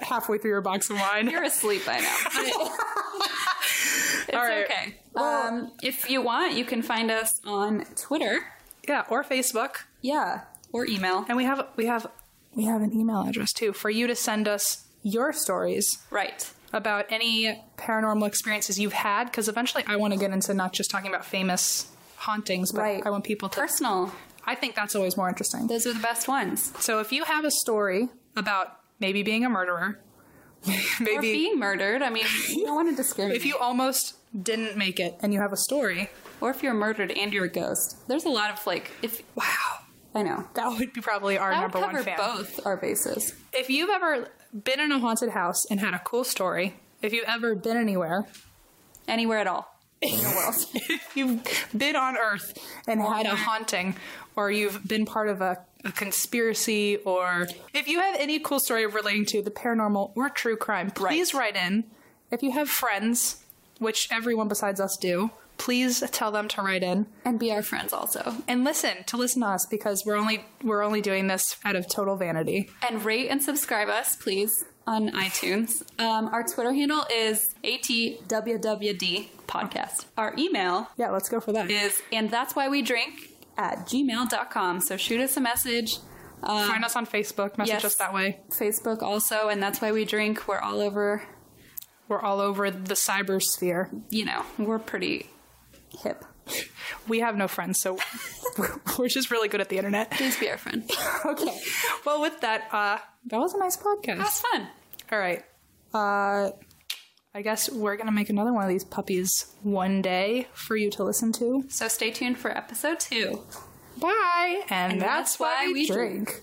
C: halfway through your box of wine.
D: You're asleep by now. But it's
C: All right.
D: okay. um, if you want, you can find us on Twitter.
C: yeah, or Facebook.
D: Yeah. Or email.
C: And we have we have we have an email address too for you to send us your stories
D: Right.
C: about any paranormal experiences you've had because eventually I want to get into not just talking about famous hauntings but
D: Right.
C: I want people to
D: Personal.
C: I think that's always more interesting.
D: Those are the best ones.
C: So if you have a story about maybe being a murderer,
D: Or
C: maybe
D: being murdered. I mean, you don't want to discriminate.
C: if you almost didn't make it and you have a story,
D: or if you're murdered and you're a ghost. There's a lot of like, if
C: wow,
D: I know
C: that would be probably our
D: that would
C: number
D: cover
C: one fan.
D: both our bases.
C: if you've ever been in a haunted house and had a cool story, if you've ever been anywhere,
D: Anywhere at all in the world.
C: you've been on Earth and had a haunting, or you've been part of a, a conspiracy, or if you have any cool story relating to the paranormal or true crime, please write in. If you have friends, which everyone besides us do, please tell them to write in
D: and be our friends also.
C: and listen to listen to us because we're only we're only doing this out of total vanity.
D: And rate and subscribe us, please, on iTunes. Um, our Twitter handle is ATWWD podcast. Our email
C: Yeah, let's go for that.
D: is and that's why we drink at gmail.com. So shoot us a message. Um,
C: Find us on Facebook, message
D: yes.
C: us that way.
D: Facebook also, and that's why we drink. We're all over,
C: We're all over the cyber sphere.
D: you know, we're pretty hip.
C: We have no friends, so we're- we're just really good at the internet.
D: Please be our friend.
C: okay. Well, with that, uh, that was a nice podcast.
D: That's fun.
C: All right. Uh, I guess we're gonna make another one of these puppies one day for you to listen to.
D: So stay tuned for episode two.
C: Bye. And, that's, why, we drink.